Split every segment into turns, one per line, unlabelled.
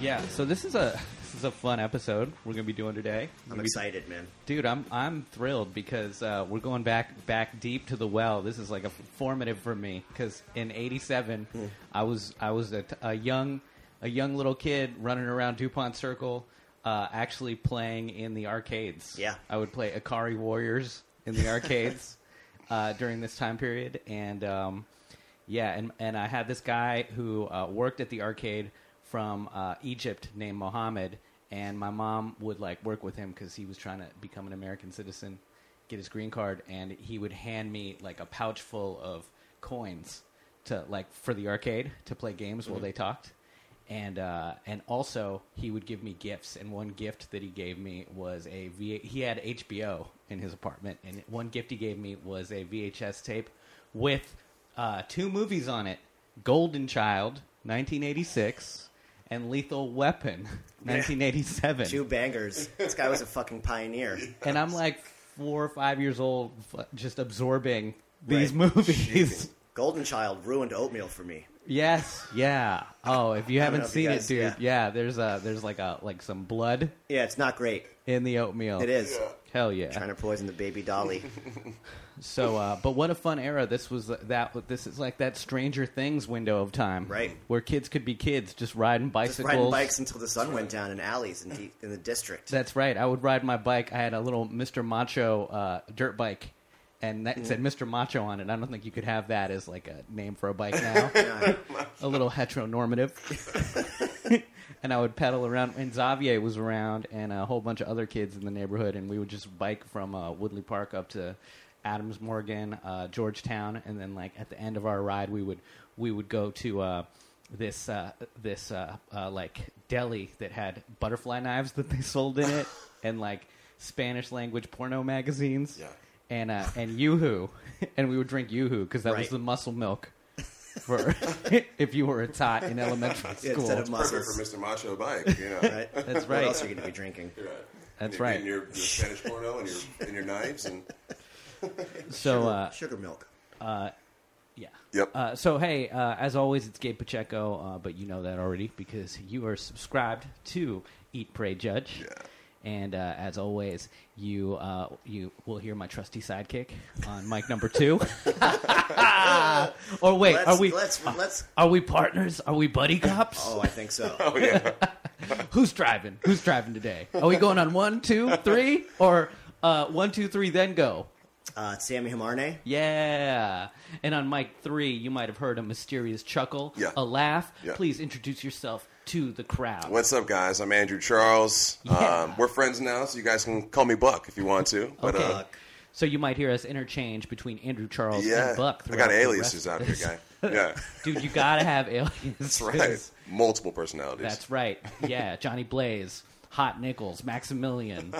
Yeah, so this is a this is a fun episode we're gonna be doing today. We're
I'm
gonna be-
excited, man.
dude. I'm I'm thrilled because uh, we're going back back deep to the well. This is like a formative for me because in '87, I was I was a, t- a young a young little kid running around Dupont Circle, uh, actually playing in the arcades.
Yeah.
I would play Akari Warriors in the arcades uh, during this time period, and um, yeah, and and I had this guy who uh, worked at the arcade from uh, Egypt named Mohammed, and my mom would like work with him because he was trying to become an American citizen, get his green card, and he would hand me like a pouch full of coins to like for the arcade to play games while they talked. And uh, and also he would give me gifts, and one gift that he gave me was a v- he had HBO in his apartment, and one gift he gave me was a VHS tape with uh, two movies on it: Golden Child, 1986, and Lethal Weapon, 1987.
Two bangers. This guy was a fucking pioneer.
And I'm like four or five years old, f- just absorbing these
Right.
movies.
Golden Child ruined oatmeal for me.
Yes, yeah. Oh, if you haven't
know if
seen
you
it,
guys-
dude,
yeah.
yeah. There's a there's like a like some blood
Yeah, it's not great.
in the oatmeal.
It is.
Hell yeah.
Trying to poison the baby dolly.
So, uh, but what a fun era! This was that. This is like that Stranger Things window of time,
Right.
Where kids could be kids, just riding
Just
bicycles,
riding bikes until the sun went down in alleys in the, in the district.
That's right. I would ride my bike. I had a little Mr. Macho uh, dirt bike, and
Mm.
that said Mr. Macho on it. I don't think you could have that as like a name for a bike now.
Yeah.
a little heteronormative. and I would pedal around. And Xavier was around, and a whole bunch of other kids in the neighborhood, and we would just bike from uh, Woodley Park up to Adams Morgan, uh, Georgetown, and then like at the end of our ride, we would we would go to. Uh, this uh, this uh, uh, like deli that had butterfly knives that they sold in it, and like Spanish language porno magazines,
Yeah.
and uh, and YooHoo, and we would drink YooHoo because that was
Right.
the muscle milk for if you were a tot in elementary
Yeah,
school.
instead of
Perfect
muscles.
for Mr. Macho Bike, you know.
Right?
That's
What
right.
else are you going to be drinking?
You're right.
That's
And your-
right.
And your, your Spanish porno and your and your knives and
so, uh,
Sugar milk.
yeah.
Yep.
Uh, so, hey, uh, as always, it's Gabe Pacheco, uh, but you know that already because you are subscribed to Eat, Pray, Judge.
Yeah.
And uh, as always, you uh, you will hear my trusty sidekick on mic number two. or wait,
Let's,
are we
Let's, let's,
are we partners? Are we buddy cops?
oh, I think so.
oh yeah.
Who's driving? Who's driving today? Are we going on one, two, three, or uh, one, two, three, then go?
Uh, it's Sammy Hamarne.
Yeah. And on mic three, you might have heard a mysterious chuckle,
Yeah.
a laugh.
Yeah.
Please introduce yourself to the crowd.
What's up, guys? I'm Andrew Charles.
Yeah.
Um, we're friends now, so you guys can call me Buck if you want to. But
Okay.
uh,
so you might hear us interchange between Andrew Charles
yeah,
and Buck.
I
throughout
got
the
aliases
rest-
out here, guy. Yeah,
Dude, you gotta have aliases.
that's right. Multiple personalities.
That's right. Yeah, Johnny Blaze, Hot Nichols, Maximilian.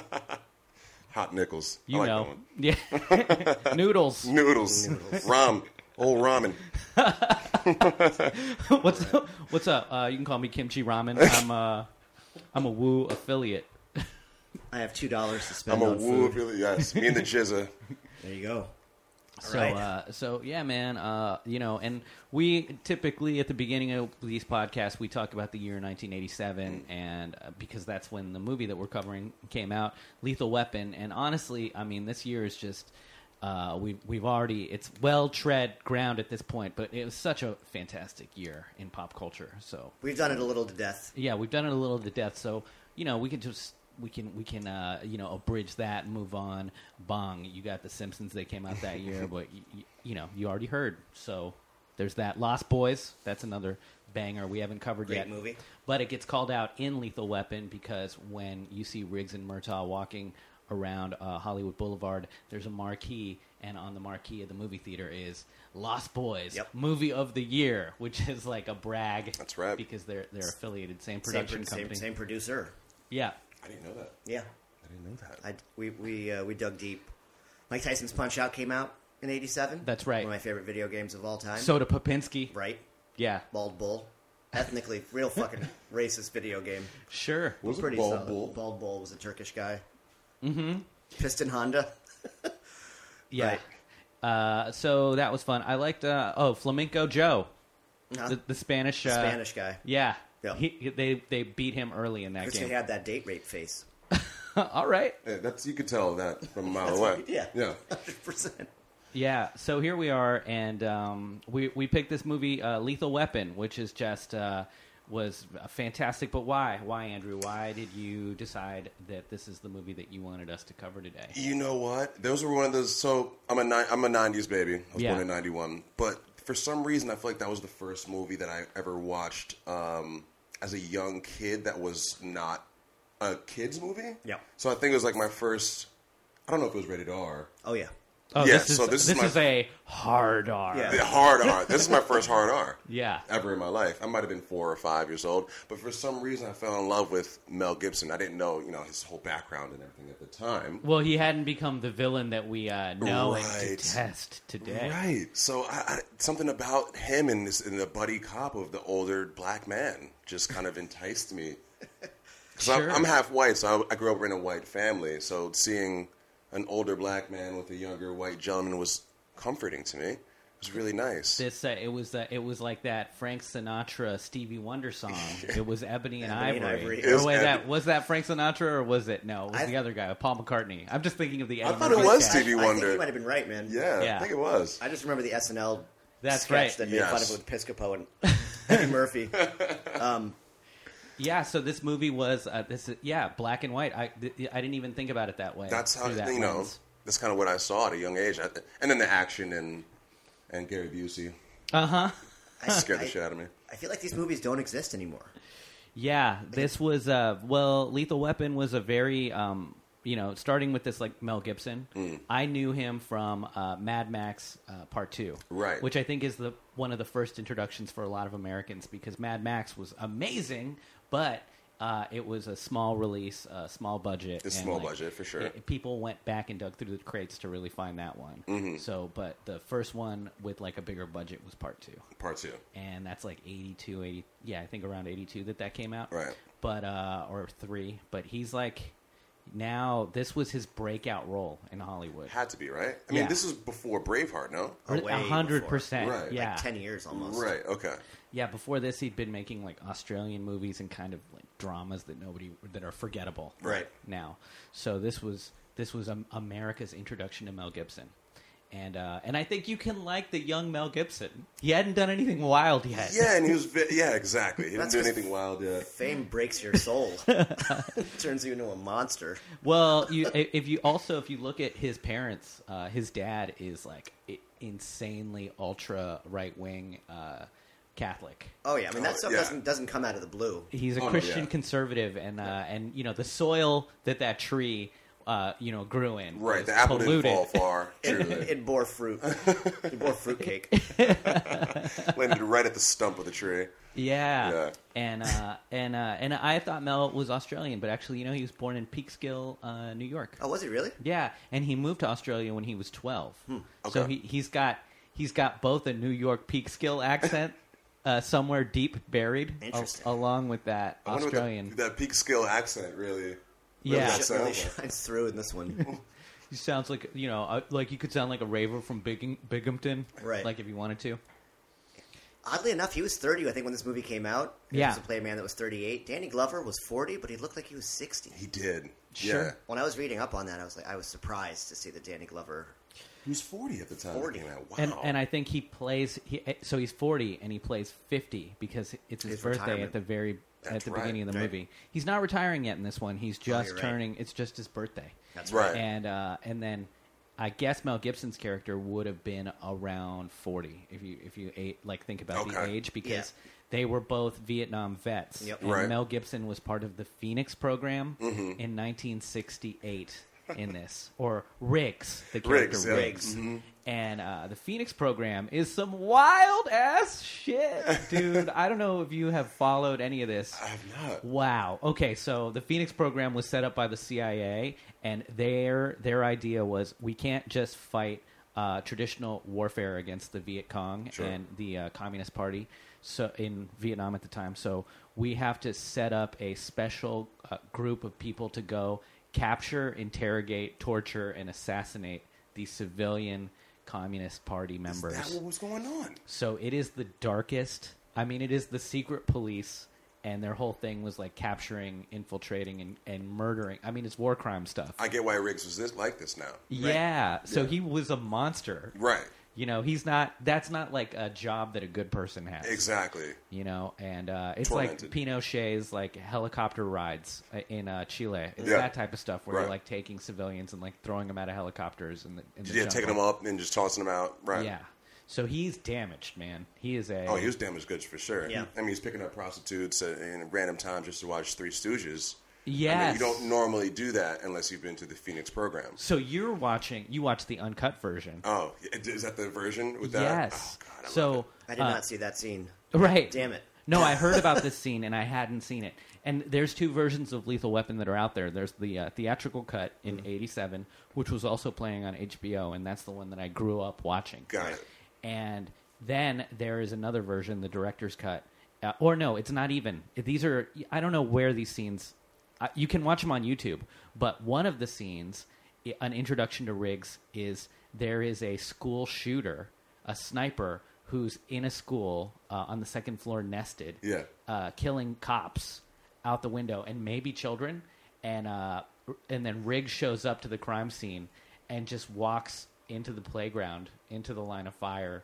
Hot nickels.
You
I like
know,
that one.
yeah, noodles.
Noodles. Ram. Old ramen.
what's what's up? Uh, you can call me Kimchi Ramen. I'm uh, I'm a Woo affiliate.
I have $2 to spend
I'm a
on
woo,
food.
really. Yes. Me and the Jizza.
There you go. All
So,
right.
uh, so yeah, man. Uh, you know, and we typically at the beginning of these podcasts we talk about the year 1987,
Mm.
and uh, because that's when the movie that we're covering came out, Lethal Weapon. And honestly, I mean, this year is just uh, we've we've already it's well tread ground at this point, but it was such a fantastic year in pop culture. So
We've done it a little to death.
yeah, we've done it a little to death, so you know we can just we can we can uh, you know abridge that and move on. Bong, you got the Simpsons. They came out that year, but you, you know you already heard. So there's that Lost Boys. That's another banger we haven't covered
Great
yet.
movie.
but it gets called out in Lethal Weapon because when you see Riggs and Murtaugh walking around uh, Hollywood Boulevard, there's a marquee, and on the marquee of the movie theater is Lost Boys
Yep.
Movie of the Year, which is like a brag.
That's right.
Because they're they're affiliated, same
Same,
production
pro- same,
company.
same producer.
Yeah.
I didn't know that.
Yeah.
I didn't know that.
I, we we uh, we dug deep. Mike Tyson's Punch Out came out in '87.
That's right.
One of my favorite video games of all time.
Soda Popinski.
right,
Yeah.
Bald Bull, ethnically real fucking racist video game.
Sure.
Was
Pretty
it Bald
solid.
Bull?
Bald Bull was a Turkish guy. Mm-hmm. Piston Honda.
Yeah.
Right.
Uh, so that was fun. I liked uh, oh Flamenco Joe,
Huh?
the, the Spanish uh,
Spanish guy.
Yeah,
Yeah.
He, they they beat him early in that
Because he
game.
had that date rape face.
All right.
Yeah, that's you could tell that from a mile
That's
away.
what- yeah.
yeah.
100%.
Yeah, so here we are, and um, we we picked this movie, uh, Lethal Weapon, which is just uh, was fantastic. But why, why Andrew? Why did you decide that this is the movie that you wanted us to cover today?
You know what? Those were one of those. So I'm a ni- I'm a '90s baby. I was
Yeah.
born in '91, but for some reason, I feel like that was the first movie that I ever watched um, as a young kid that was not a kids movie.
Yeah.
So I think it was like my first. I don't know if it was rated R.
Oh, yeah.
Oh,
Yeah,
this is
so this is my-
a hard R.
Yeah.
Yeah, hard R. This is my first hard R.
Yeah.
Ever in my life. I might have been four or five years old, but for some reason I fell in love with Mel Gibson. I didn't know, you know, his whole background and everything at the time.
Well, he hadn't become the villain that we uh, know and
Right.
detest today.
Right. So I, I, something about him and, this, and the buddy cop of the older black man just kind of enticed me. Because
Sure.
I'm, I'm half white, so I, I grew up in a white family. So seeing an older black man with a younger white gentleman was comforting to me. It was really nice.
This uh, it was uh, it was like that Frank Sinatra Stevie Wonder song. It was Ebony and
Ebony and
Ivory.
Ivory.
Or
It was
wait,
Eb-
that was that Frank Sinatra or was it no? It was
I-
the other guy, Paul McCartney. I'm just thinking of the.
I
Eddie
thought it
Murphy
was
sketch.
I- I,
Stevie
think
Wonder.
you might have been right, man.
Yeah,
Yeah.
I think it was.
I just remember the SNL
That's
sketch
right.
that made
Yes.
fun of it with Piscopo and Eddie Murphy.
Yeah, so this movie was uh, this is, yeah black and white. I th- I didn't even think about it that way.
That's how
through that
you know.
lens.
That's kind of what I saw at a young age, I, th- and then the action and and Gary Busey
Uh-huh.
I,
scared the
I-
shit out of me.
I feel like these movies don't exist anymore.
Yeah, this was uh well, Lethal Weapon was a very um you know starting with this like Mel Gibson.
Mm.
I knew him from uh, Mad Max uh, Part Two,
Right.
Which I think is the one of the first introductions for a lot of Americans because Mad Max was amazing, but. Uh, it was a small release, uh, small budget.
It's small budget, for sure.
it- people went back and dug through the crates to really find that one.
Mm-hmm.
So, but the first one with like a bigger budget was part two
Part two.
and that's like 82 80 yeah i think around 82 that that came out
Right.
but uh or three but he's like now this was his breakout role in hollywood
Had to be right. I mean,
Yeah.
this was before Braveheart, no?
Re-
way before.
100%
Right. Like
yeah
Ten years almost.
Right. Okay.
yeah before this he'd been making like australian movies and kind of like dramas that nobody that are forgettable
Right.
now so this was this was um, america's introduction to mel gibson and uh, and I think you can like the young Mel Gibson. He hadn't done anything wild yet.
Yeah, and he was. vi- Yeah, exactly. He didn't
That's
do
just-
anything wild yet.
Fame breaks your soul. Turns you into a monster.
Well, you i- if you also if you look at his parents, uh, his dad is like i- insanely ultra right wing uh, Catholic.
Oh yeah, I mean
Oh,
that stuff
yeah.
doesn't doesn't come out of the blue.
He's a
Oh, no,
Christian
yeah.
conservative, and uh, and you know the soil that that tree uh, you know grew in
Right.
was
The apple
polluted.
didn't fall far.
It,
Truly,
it bore fruit. It bore fruitcake.
landed right at the stump of the tree.
Yeah.
Yeah.
and uh, and uh, and I thought Mel was Australian, but actually, you know, he was born in Peekskill, uh, New York.
Oh, was it really?
Yeah, and he moved to Australia when he was twelve. So
Okay.
he he's got he's got both a New York Peekskill accent uh, somewhere deep buried, al-
Interesting.
along with that
I wonder what
Australian.
That, that peak skill accent really.
Yeah.
really
That
Shit
sounds
really
like.
shines through in this one.
He sounds like you know, uh, like you could sound like a raver from Big- Binghamton,
Right.
Like if you wanted to.
Oddly enough, he was 30, I think, when this movie came out. He
Yeah.
was to play a man that was 38. Danny Glover was 40, but he looked like he was 60.
He did.
Sure.
Yeah.
When I was reading up on that, I was like, I was surprised to see that Danny Glover.
He was forty at the time.
40.
It came out. Wow.
And and I think he plays. He, eh, so he's forty and he plays fifty because it's his,
His
birthday at
retirement.
the very at
That's
the
right.
beginning of the
Right.
movie. He's not retiring yet in this one. He's just
you're right.
turning. It's just his birthday.
That's
Right.
and uh, and then I guess Mel Gibson's character would have been around forty if you if you ate, like think about the
Okay.
age because
Yeah.
they were both Vietnam vets.
Yep.
And
Right. Mm-hmm.
Mel Gibson was part of the Phoenix program in 1968 in this or Riggs the character
Riggs,
Riggs.
yeah. Mm-hmm.
And uh, the Phoenix program is some wild ass shit, dude. I don't know if you have followed any of this.
I have not.
Wow. Okay, so the Phoenix program was set up by the CIA, and their their idea was we can't just fight uh, traditional warfare against the Viet Cong
Sure.
and the uh, Communist Party, so in Vietnam at the time. So we have to set up a special uh, group of people to go capture, interrogate, torture, and assassinate the civilian Communist Party members.
Is that what was going on?
So it is the darkest. I mean, it is the secret police and their whole thing was like capturing, infiltrating, and, and murdering. I mean, it's war crime stuff.
I get why Riggs was this like this now.
Yeah. So
Yeah.
he was a monster.
Right.
You know, he's not. That's not like a job that a good person has.
Exactly.
You know, and uh, it's
Tormented.
like Pinochet's like helicopter rides uh, in uh, Chile. It's
Yeah.
that type of stuff where
Right.
you're like taking civilians and like throwing them out of helicopters and the, in the
Yeah, taking
jungle.
them up and just tossing them out. Right.
Yeah. So he's damaged, man. He is a.
Oh, he was damaged goods for sure.
Yeah.
I mean, he's picking up prostitutes at, in random times just to watch Three Stooges. I mean,
Yes.
you don't normally do that unless you've been to the Phoenix program.
So you're watching. You watch the uncut version.
Oh, is that the version with that?
yes.
Oh, God, I love
so
it.
I did
uh,
not see that scene.
Right.
Damn it.
No, I heard about this scene and I hadn't seen it. And there's two versions of Lethal Weapon that are out there. There's the uh, theatrical cut
Mm-hmm.
in '87, which was also playing on HBO, and that's the one that I grew up watching.
Got it.
And then there is another version, the director's cut, uh, or no, it's not even. These are I don't know where these scenes. I you can watch them on YouTube, but one of the scenes, i- an introduction to Riggs, is there is a school shooter, a sniper who's in a school uh, on the second floor, nested,
Yeah.
uh, killing cops out the window and maybe children, and uh, r- and then Riggs shows up to the crime scene and just walks into the playground, into the line of fire,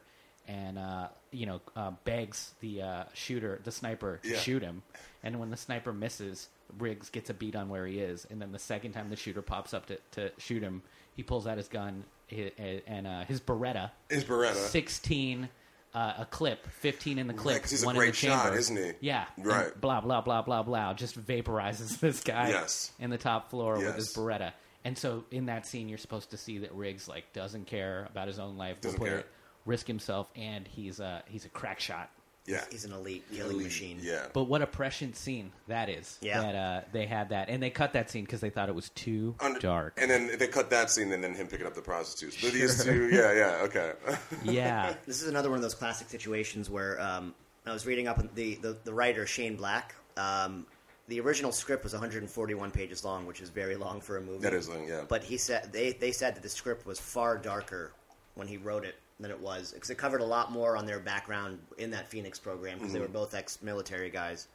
and uh, you know uh, begs the uh, shooter, the sniper, to
Yeah.
shoot him. And when the sniper misses, Riggs gets a beat on where he is, and then the second time the shooter pops up to, to shoot him, he pulls out his gun hi- and uh, his Beretta,
Is Beretta.
16 uh, a clip 15 in the clip
Right, 'cause he's a
one in
great
the chamber.
shot, isn't he?
yeah and
Right.
blah blah blah blah blah just vaporizes this guy
Yes.
in the top floor with his
Yes.
beretta and so in that scene you're supposed to see that riggs like doesn't care about his own life will
Doesn't
put
care.
it- risk himself and he's a he's a crack shot
Yeah.
He's an elite killing machine.
Yeah.
but what a prescient scene that is
Yeah.
that uh, they had that and they cut that scene because they thought it was too
Under-
dark
And then they cut that scene and then him picking up the prostitutes. But these two, yeah, yeah, okay.
yeah
This is another one of those classic situations where um, I was reading up on the, the, the writer, Shane Black. Um, the original script was 141 pages long, which is very long for a movie.
that is, like, yeah.
But he said they, they said that the script was far darker when he wrote it than it was because it covered a lot more on their background in that Phoenix program because they
Mm-hmm.
were both ex-military guys.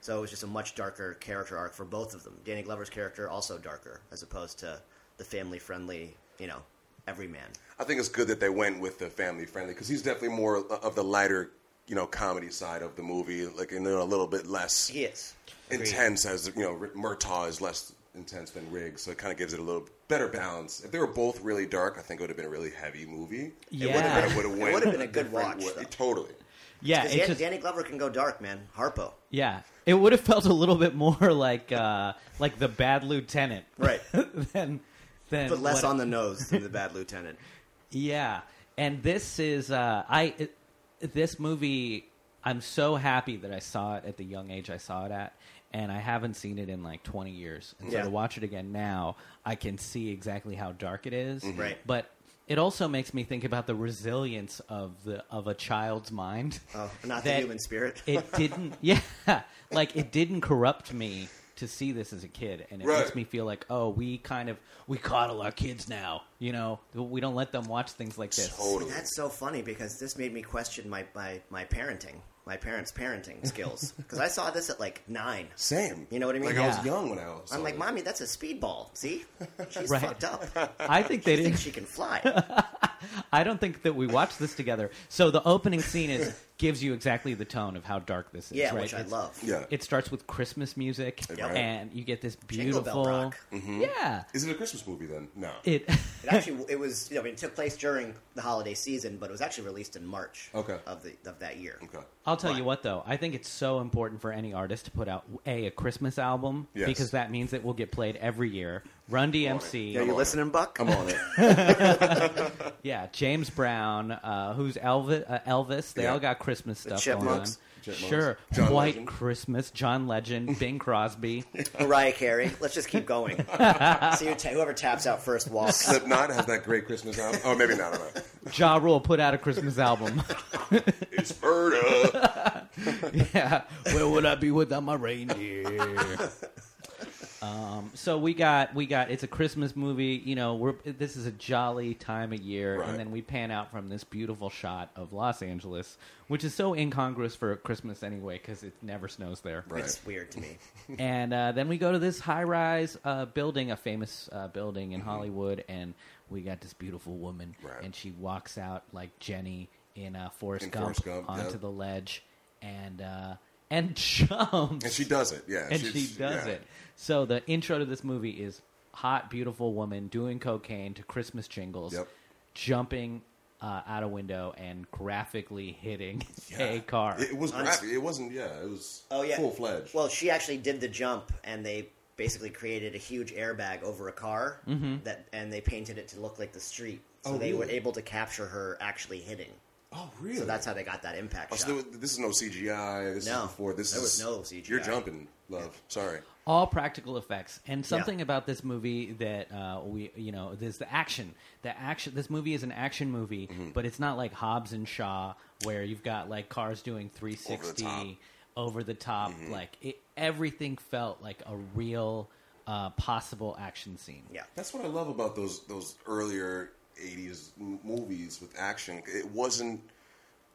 So it was just a much darker character arc for both of them. Danny Glover's character also darker as opposed to the family-friendly, you know, everyman.
I think it's good that they went with the family friendly because he's definitely more of the lighter, you know, comedy side of the movie, like and they're a little bit less
He is Agreed.
intense. As you know, R- Murtaugh is less intense than Riggs, so it kind of gives it a little better balance. If they were both really dark, I think it would have been a really heavy movie.
Yeah.
it would
It
have
would've been a good watch, though.
Totally.
yeah
Because
it
Dan-
just-
Danny Glover can go dark, man. Harpo.
Yeah, it would have felt a little bit more like uh, like the Bad Lieutenant,
Right.
than than
But less
what-
on the nose than the bad lieutenant.
Yeah, and this is uh, I it- this movie. I'm so happy that I saw it at the young age I saw it at, and I haven't seen it in like 20 years. And so
Yeah.
to watch it again now, I can see exactly how dark it is.
Mm-hmm. Right.
but. It also makes me think about the resilience of the of a child's mind.
Oh, not the
That-
human spirit.
it didn't yeah like it didn't corrupt me to see this as a kid and it
Right.
makes me feel like oh we kind of we coddle our kids now you know we don't let them watch things like this
Totally.
That's so funny because this made me question my, my, my parenting, my parents' parenting skills. Because I saw this at like nine.
Same.
You know what I mean?
Like I
Yeah.
was young when I was.
I'm like, Mommy, that's a speedball. See? She's
Right.
fucked up.
i think they
She thinks
didn't
she can fly.
i don't think that we watched this together so the opening scene is gives you exactly the tone of how dark this is
Yeah,
right
which I
It's-
love.
Yeah.
it starts with christmas music
Yep. Mm-hmm.
and you get this
Jingle
beautiful
Bell rock.
yeah
Is it a Christmas movie then? No.
it
It actually, it was. You know, I mean, it took place during the holiday season, but it was actually released in March.
Okay.
Of the of that year.
okay.
I'll tell
Right.
you what, though. I think it's so important for any artist to put out a a Christmas album
Yes.
because that means it will get played every year. Run DMC,
Yeah,
yeah,
you listening, Buck?
I'm on it.
James Brown, uh, who's Elvis. Uh, Elvis. They
Yeah.
all got Christmas stuff going on.
Chipmunks.
Chipmunks.
Sure,
John
White
Legend.
Christmas, John Legend, Bing Crosby.
Mariah Carey. Let's just keep going. See who ta- whoever taps out first walks.
Slipknot has that great Christmas album. Oh, maybe not. I don't know.
ja Rule put out a Christmas album.
It's murder.
yeah, where would I be without my reindeer? Um, so we got we got it's a Christmas movie. You know, we're this is a jolly time of year,
Right.
and then we pan out from this beautiful shot of Los Angeles, which is so incongruous for Christmas anyway because it never snows there.
Right.
It's weird to me.
and uh, then we go to this high rise uh, building, a famous uh, building in Hollywood, and we got this beautiful woman,
Mm-hmm. Right.
and she walks out like Jenny in uh, Forrest,
In
Gump,
Forrest Gump,
onto
yeah.
the ledge, and uh, and jumps,
And she does it. Yeah.
and
she's-
she does
yeah.
it. So the intro to this movie is hot, beautiful woman doing cocaine to Christmas jingles,
Yep.
jumping uh, out a window and graphically hitting a
Yeah.
car.
It was.
Honest-
graphic. It wasn't. Yeah. It was.
Oh yeah,
Full fledged.
Well, she actually did the jump, and they basically created a huge airbag over a car that, and they painted it to look like the street. So
Oh,
they were
really?
able to capture her actually hitting.
oh really?
So that's how they got that impact
Oh, so
shot.
there was- this is no CGI. This
No,
is before. This
there
is
was no CGI.
You're jumping, love. Sorry.
all practical effects and something about this movie that uh, we you know there's the action the action this movie is an action movie but it's not like hobbs and shaw where you've got like cars doing 360
Over the
over the top like it, everything felt like a real uh, possible action scene
yeah,
That's what I love about those those earlier '80s m- movies with action. It wasn't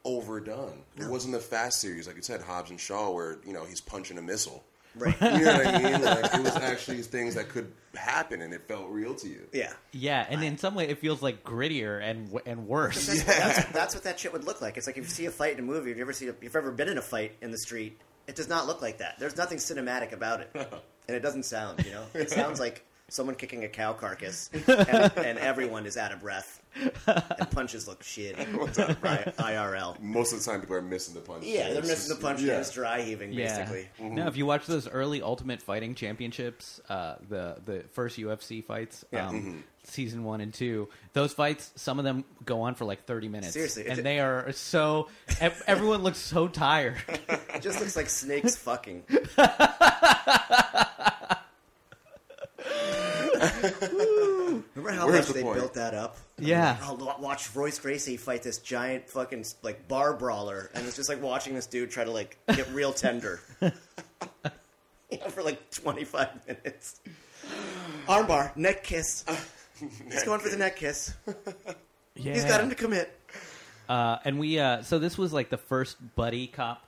overdone. It wasn't the Fast series, like you said, Hobbs and Shaw, where you know he's punching a missile.
right.
You know what I mean? Like it was actually things that could happen, and it felt real to you.
yeah.
yeah and in some way it feels like grittier and w- and worse
That's, that's, that's what that shit would look like. It's like if you see a fight in a movie, if you ever see, a, if you've ever been in a fight in the street, it does not look like that. There's nothing cinematic about it, and it doesn't sound. You know, it sounds like someone kicking a cow carcass, and, and everyone is out of breath, and punches look shit. I- IRL.
Most of the time, people are missing the punch.
Yeah,
so
they're
it's
missing the
just-
punch.
yeah.
They're just dry heaving, basically.
Yeah. No, if you watch those early Ultimate Fighting Championships, uh, the the first UFC fights,
Yeah. mm-hmm.
um, season one and two, those fights, some of them go on for like thirty minutes.
Seriously,
and
it-
they are so ev- everyone looks so tired.
It just looks like snakes fucking. Remember how
Where's
much
the
they
point?
built that up?
Yeah.
I'll lo- watch Royce Gracie fight this giant fucking like bar brawler, and it's just like watching this dude try to like get real tender You know, for like twenty five minutes. Armbar, neck kiss. He's going for the neck kiss.
Yeah,
He's got him to commit.
uh, and we uh, so this was like the first buddy cop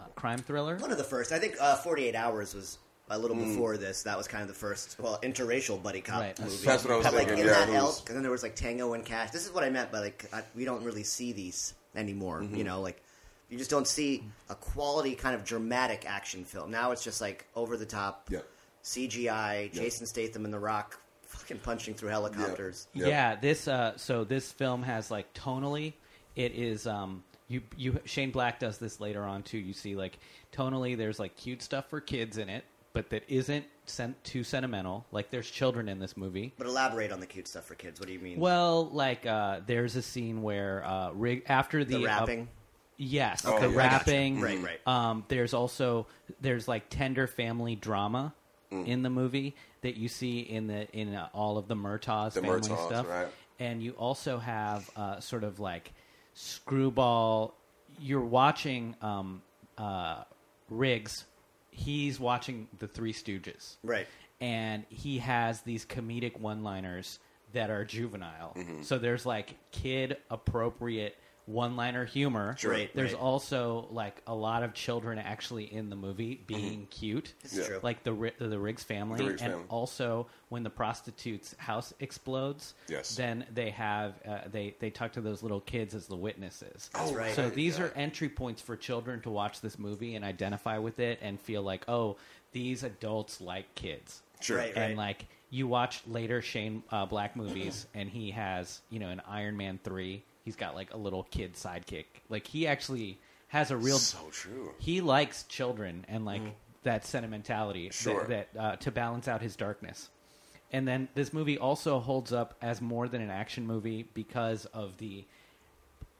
uh, crime thriller.
One of the first. I think uh, 48 Hours was a little
Hmm.
before this. That was kind of the first, well, interracial buddy cop
Right.
movie.
That's what I was
But, like
thinking.
in
yeah,
that
it was-
elk, and then there was like Tango and Cash. This is what I meant by like I, we don't really see these anymore.
Mm-hmm.
You know, like you just don't see a quality kind of dramatic action film. Now it's just like over the top
Yeah.
CGI, Jason Statham and The Rock fucking punching through helicopters.
Yep.
Yeah, this uh, so this film has like tonally, it is um you you Shane Black does this later on too. You see like tonally, there's like cute stuff for kids in it, but that isn't sent too sentimental. Like there's children in this movie.
But elaborate on the cute stuff for kids. What do you mean?
Well, like uh, there's a scene where uh, rig after the,
the
uh,
rapping.
yes,
Okay,
the
I gotcha.
rapping,
Right, right.
Um, there's also there's like tender family drama
Mm.
in the movie that you see in the in uh, all of the Murtaugh's
The
family
Murtaughs,
stuff,
right.
and you also have uh, sort of like screwball. You're watching um, uh, Riggs. He's watching the Three Stooges,
Right.
and he has these comedic one-liners that are juvenile.
Mm-hmm.
So there's like kid-appropriate one-liner humor.
Sure. Right,
There's
right.
also like a lot of children actually in the movie being cute.
This is
Mm-hmm. Yeah.
true.
Like the Ri- the Riggs family,
The Riggs
and
family.
also when the prostitute's house explodes,
Yes.
then they have uh, they they talk to those little kids as the witnesses.
Oh,
That's right.
Oh, So these
yeah.
are entry points for children to watch this movie and identify with it and feel like, oh, these adults like kids.
sure.
Right.
And like you watch later Shane uh, Black movies, and he has you know an Iron Man three. He's got like a little kid sidekick. Like he actually has a real.
So true.
he likes children and like that sentimentality that-
Sure.
that, uh, to balance out his darkness. And then this movie also holds up as more than an action movie because of the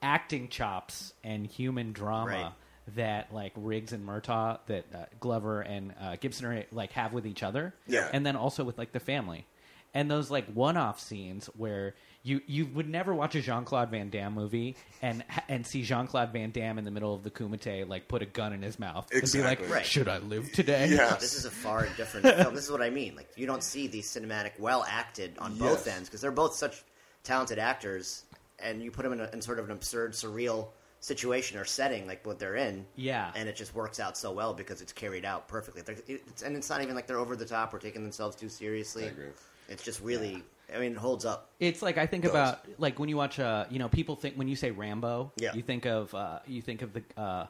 acting chops and human drama
Right.
that like Riggs and Murtaugh that uh, Glover and uh, Gibson are like have with each other,
Yeah.
and then also with like the family. and those like one-off scenes where you you would never watch a Jean-Claude Van Damme movie and and see Jean-Claude Van Damme in the middle of the Kumite like put a gun in his mouth and be
Exactly.
like,
Right.
"Should I live today?"
Yeah.
This is a far different film. This is what I mean. Like you don't see these cinematic, well acted on both
Yes.
ends because they're both such talented actors, and you put them in, a, in sort of an absurd, surreal situation or setting like what they're in.
Yeah.
and it just works out so well because it's carried out perfectly. They're- It's, and it's not even like they're over the top or taking themselves too seriously.
I agree.
It's just really, I mean, it holds up.
It's like I think
Does.
about like when you watch uh you know people think when you say Rambo
Yeah.
you think of uh you think of the uh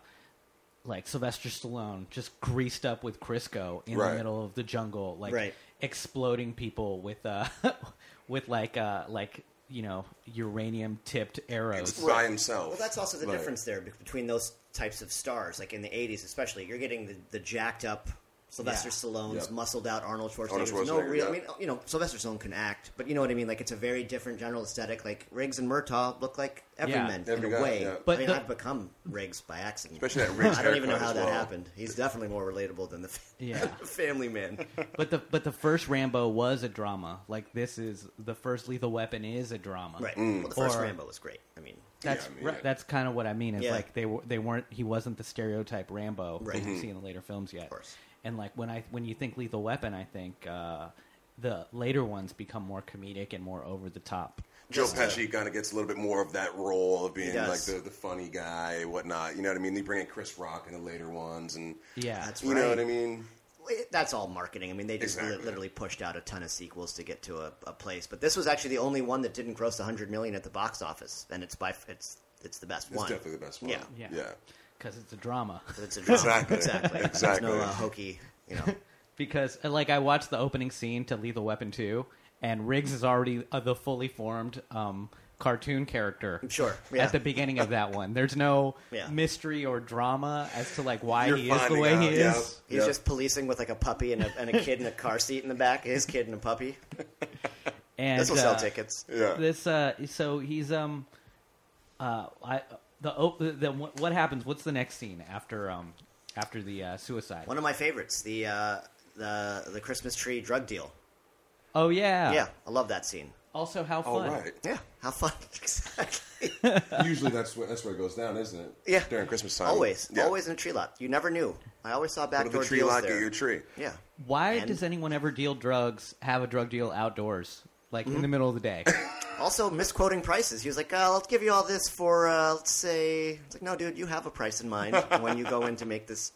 like Sylvester Stallone just greased up with Crisco in
Right.
the middle of the jungle like
Right.
exploding people with uh with like uh like you know uranium tipped arrows
It's by himself.
Well, that's also the
Like,
difference there be- between those types of stars. Like in the '80s, especially, you're getting the, the jacked up Sylvester
Yeah.
Stallone's
Yeah.
muscled out Arnold Schwarzenegger.
Arnold
no
Schwarzenegger,
real. I
yeah.
mean, you know, Sylvester Stallone can act, but you know what I mean. Like it's a very different general aesthetic. Like Riggs and Murtaugh look like everymen
Every
in a
guy,
way.
yeah.
But
I mean,
the-
I've become Riggs by accident.
Especially that Riggs
I don't even know
haircut
how
as
that
well.
happened. He's definitely more relatable than the fa-
Yeah.
Family Man.
but the but the first Rambo was a drama like this is the first Lethal Weapon is a drama
Right. Mm. Well, the first
Or-
Rambo was great. I mean,
That's
Yeah, I mean,
right,
it-
that's kind of what I mean. Is
Yeah.
like they were they weren't he wasn't the stereotype Rambo
Right.
that
Mm-hmm.
you see in the later films yet.
course.
And like when I when you think Lethal Weapon, I think uh, the later ones become more comedic and more over the top.
Joe
Just, uh,
Pesci kind of gets a little bit more of that role of being
does.
like the, the funny guy, whatnot. You know what I mean? They bring in Chris Rock in the later ones, and
Yeah,
That's
you know
right.
what I mean.
it- that's all marketing. I mean, they just li-
Exactly.
literally pushed out a ton of sequels to get to a, a place. But this was actually the only one that didn't gross 100 million at the box office, and it's by f- it's it's the best
It's
one.
definitely the best one.
Yeah.
Yeah.
yeah.
because it's a drama.
But it's a drama.
Exactly.
exactly.
Exactly.
There's no uh, hokey, you know.
because uh, like I watched the opening scene to Lethal Weapon two, and Riggs is already uh, the fully formed um, cartoon character.
Sure, yeah.
At the beginning of that one, there's no
Yeah.
mystery or drama as to like why
You're
he is the
finding
way he
out,
is.
yeah.
He's
Yeah.
just policing with like a puppy and a, and a kid in a car seat in the back. His kid and a puppy.
And
This will sell
uh,
tickets.
Yeah.
This uh, so he's um, uh, I the op- the what what happens? What's the next scene after um after the uh, suicide?
One of my favorites, the uh, the the Christmas tree drug deal.
Oh yeah,
Yeah, I love that scene.
Also, how
All
fun?
right.
Yeah, how fun. exactly.
Usually that's where that's where it goes down, isn't it?
Yeah.
During Christmas time.
Always,
Um, Yeah.
always in a tree lot. You never knew. I always saw
Go to
backdoor
the tree
deals
lot,
there.
get your tree.
Yeah,
Why
And-
does anyone ever deal drugs? Have a drug deal outdoors, like
Mm-hmm.
in the middle of the day?
Also, misquoting prices. He was like, uh, "Let's give you all this for, uh, let's say." It's like, no, dude, you have a price in mind when you go in to make this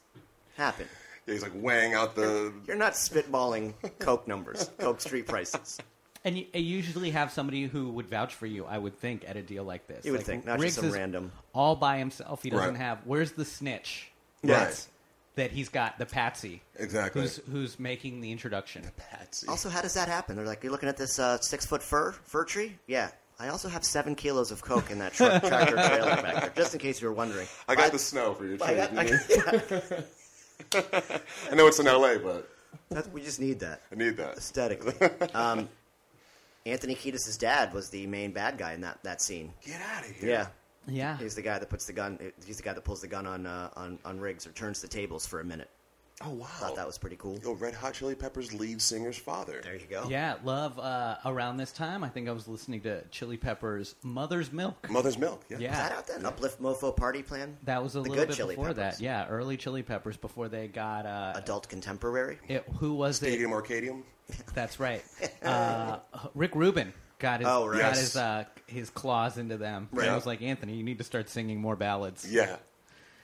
happen.
Yeah, he's like weighing out the.
You're not spitballing Coke numbers, Coke street prices.
and you, you usually have somebody who would vouch for you. I would think at a deal like this.
You would
Like,
think, not
Riggs
just some
is
random.
all by himself. He doesn't
Right.
have. Where's the snitch?
Right.
That's- That he's got the patsy.
Exactly.
Who's who's making the introduction?
Patsy.
Also, how does that happen? They're like, "You're looking at this uh, six foot fir fir tree." Yeah. I also have seven kilos of coke in that truck, tractor trailer back there, just in case you were wondering.
I got
But-
the snow for your tree.
I
I,
got- I got-
know it's in L.A., but
that's- we just need that.
I need that.
aesthetically. Um, Anthony Kiedis' dad was the main bad guy in that, that scene.
Get out of here.
Yeah.
Yeah,
He's the guy that puts the gun. He's the guy that pulls the gun on uh, on on Riggs or turns the tables for a minute.
Oh wow.
Thought that was pretty cool.
Yo, Red Hot Chili Peppers lead singer's father.
There you go.
Yeah, love. Uh, around this time, I think I was listening to Chili Peppers' "Mother's Milk."
Mother's milk. Yeah.
Is that
Yeah,
out then? Uplift mofo party plan.
that was a
The
little
good
bit
Chili
before
Peppers.
that. Yeah, early Chili Peppers before they got. Uh,
Adult contemporary.
it, who was it?
Stadium Arcadium.
That's right. Uh, Rick Rubin got his
Oh, right.
got
Yes.
his uh, his claws into them.
Right.
And I was like, Anthony, you need to start singing more ballads.
Yeah.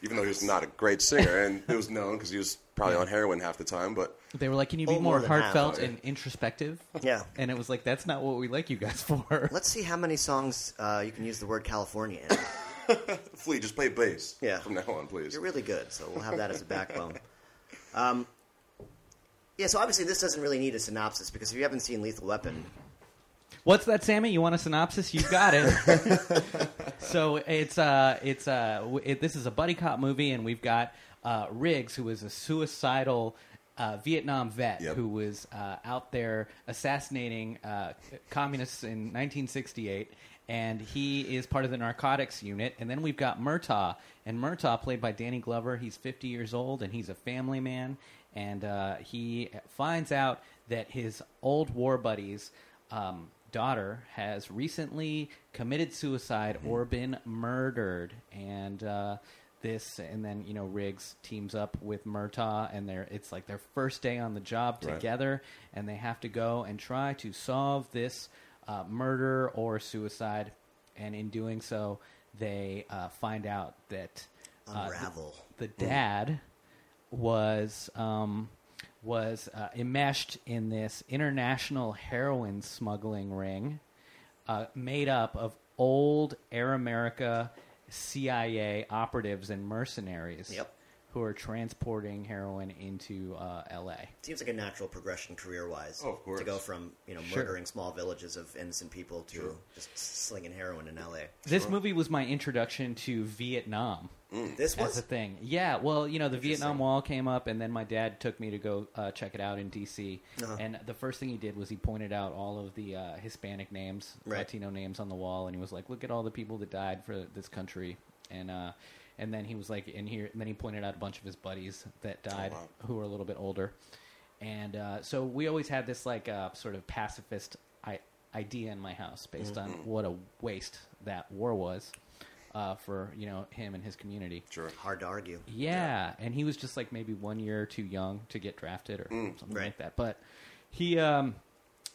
Even though he was not a great singer, and it was known because he was probably on heroin half the time, but
They were like, can you be
Oh, more
more
than half,
heartfelt
okay.
and introspective?
Yeah.
And it was like, that's not what we like you guys for.
Let's see how many songs uh, you can use the word California in.
Flea, just play bass.
Yeah.
From now on, please.
You're really good, so we'll have that as a backbone. Um, yeah, so obviously this doesn't really need a synopsis because if you haven't seen Lethal Weapon,
What's that, Sammy? You want a synopsis? You got it. so it's uh, it's uh, w- it, this is a buddy cop movie, and we've got uh, Riggs, who is a suicidal uh, Vietnam vet
Yep.
who was uh, out there assassinating uh, communists in 1968. And he is part of the narcotics unit. And then we've got Murtaugh. And Murtaugh, played by Danny Glover, he's 50 years old and he's a family man. And uh, he finds out that his old war buddies um, daughter has recently committed suicide or been murdered, and uh, this, and then you know Riggs teams up with Murtaugh, and they're it's like their first day on the job
Right.
together, and they have to go and try to solve this uh, murder or suicide, and in doing so, they uh, find out that uh, the-
Unravel. Mm-hmm.
the dad was um, was uh, enmeshed in this international heroin smuggling ring uh, made up of old Air America CIA operatives and mercenaries
Yep.
who are transporting heroin into uh, LA.
Seems like a natural progression career-wise.
Oh, of course.
To go from you know
Sure.
murdering small villages of innocent people to just slinging heroin in L.A.
This movie was my introduction to Vietnam.
Hmm.
This
as a
was
thing. Yeah, well, you know, the
Interesting.
Vietnam Wall came up, and then my dad took me to go uh, check it out in D.C.
Uh-huh.
And the first thing he did was he pointed out all of the uh, Hispanic names,
Right.
Latino names on the wall, and he was like, "Look at all the people that died for this country." And uh, and then he was like, "And here," and then he pointed out a bunch of his buddies that
Oh,
died
wow.
who were a little bit older. And uh, so we always had this like uh, sort of pacifist I- idea in my house based on
Mm-hmm.
what a waste that war was. Uh, for you know him and his community,
Sure.
hard to argue.
yeah, and he was just like maybe one year too young to get drafted or something
right.
like that. But he, um,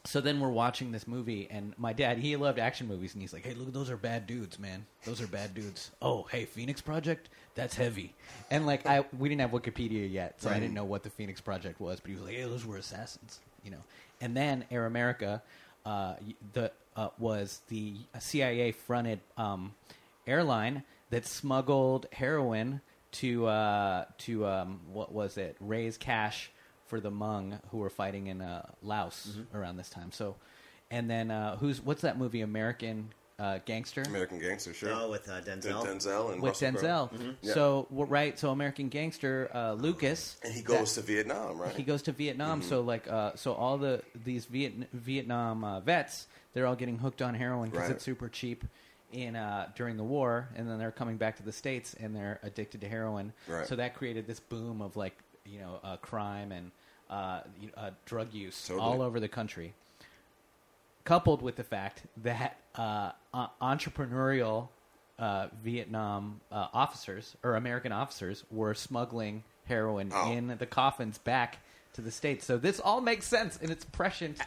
so then we're watching this movie, and my dad, he loved action movies, and he's like, "Hey, look, those are bad dudes, man. Those are bad dudes. Oh, hey, Phoenix Project, that's heavy." And like, I we didn't have Wikipedia yet, so I didn't know what the Phoenix Project was, but he was like, "Hey, those were assassins," you know. And then Air America, uh, y- the uh, was the CIA fronted um, airline that smuggled heroin to uh, to um, what was it? Raise cash for the Hmong who were fighting in uh, Laos
Mm-hmm.
around this time. So, and then uh, who's what's that movie? American uh, Gangster
American Gangster, sure.
Oh, with uh,
Did
Denzel.
Denzel and
with
Russell Crowe.
Denzel.
Mm-hmm. Yeah.
So wh- right, so American Gangster uh, Lucas.
And he
that-
goes to Vietnam, right? Mm-hmm.
he goes to Vietnam. So like, uh, so all the these Viet- Vietnam uh, vets, they're all getting hooked on heroin because
Right.
it's super cheap in uh, during the war, and then they're coming back to the states and they're addicted to heroin.
Right.
So that created this boom of like you know uh, crime and uh, you- uh, drug use
Totally.
all over the country. Coupled with the fact that uh, uh, entrepreneurial uh, Vietnam uh, officers or American officers were smuggling heroin
Oh.
in the coffins back to the states. So this all makes sense and it's prescient.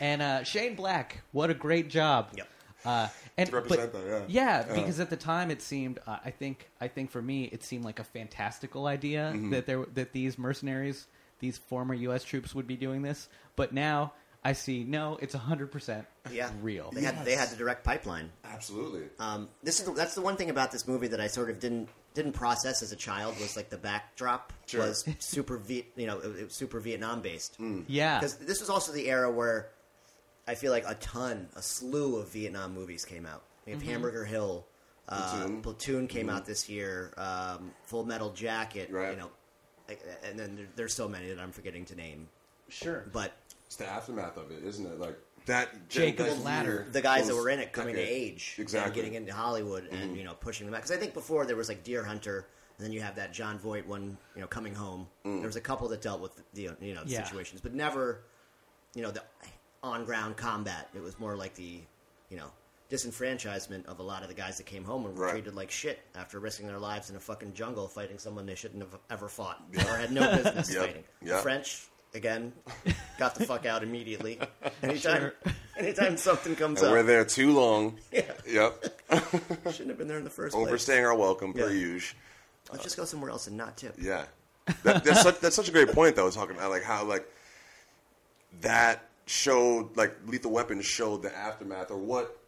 and uh, Shane Black, what a great job!
Yep.
Uh, and
To represent
but-
that,
yeah, because at the time it seemed, uh, I think, I think for me, it seemed like a fantastical idea
Mm-hmm.
that there that these mercenaries, these former U.S. troops, would be doing this. But now I see, no, it's hundred percent
Yeah,
real.
They had they had the direct pipeline.
Absolutely.
Um, this is the, that's the one thing about this movie that I sort of didn't didn't process as a child was like the backdrop
Sure. Hmm.
was super Viet you know it was super Vietnam based
yeah,
because this was also the era where I feel like a ton a slew of Vietnam movies came out. We have Hamburger Hill, uh, Platoon,
Platoon. Mm-hmm.
came out this year, um, Full Metal Jacket, you
Right.
know, like, and then there, there's so many that I'm forgetting to name,
sure.
but
It's the aftermath of it, isn't it? Like that
Jacob's
that
Ladder.
year,
the guys that
those
were in it coming
decade.
to age, and
exactly, Mm-hmm.
getting into Hollywood, and you know pushing them out. Because I think before there was like Deer Hunter, and then you have that John Voight one, you know, coming home.
Mm.
There was a couple that dealt with the you know the
Yeah.
situations, but never, you know, the on ground combat. It was more like the, you know, disenfranchisement of a lot of the guys that came home and were
Right.
treated like shit after risking their lives in a fucking jungle fighting someone they shouldn't have ever fought or had no business
Yep.
fighting.
Yep.
French. Again, got the fuck out immediately. Anytime, anytime something comes
And
up,
we're there too long. Yep,
Shouldn't have been there in the first place.
overstaying our welcome per
Yeah.
usual.
Let's just go somewhere else and not tip.
Yeah, that, that's such, that's such a great point though. Talking about like how like that showed like Lethal Weapon showed the aftermath or what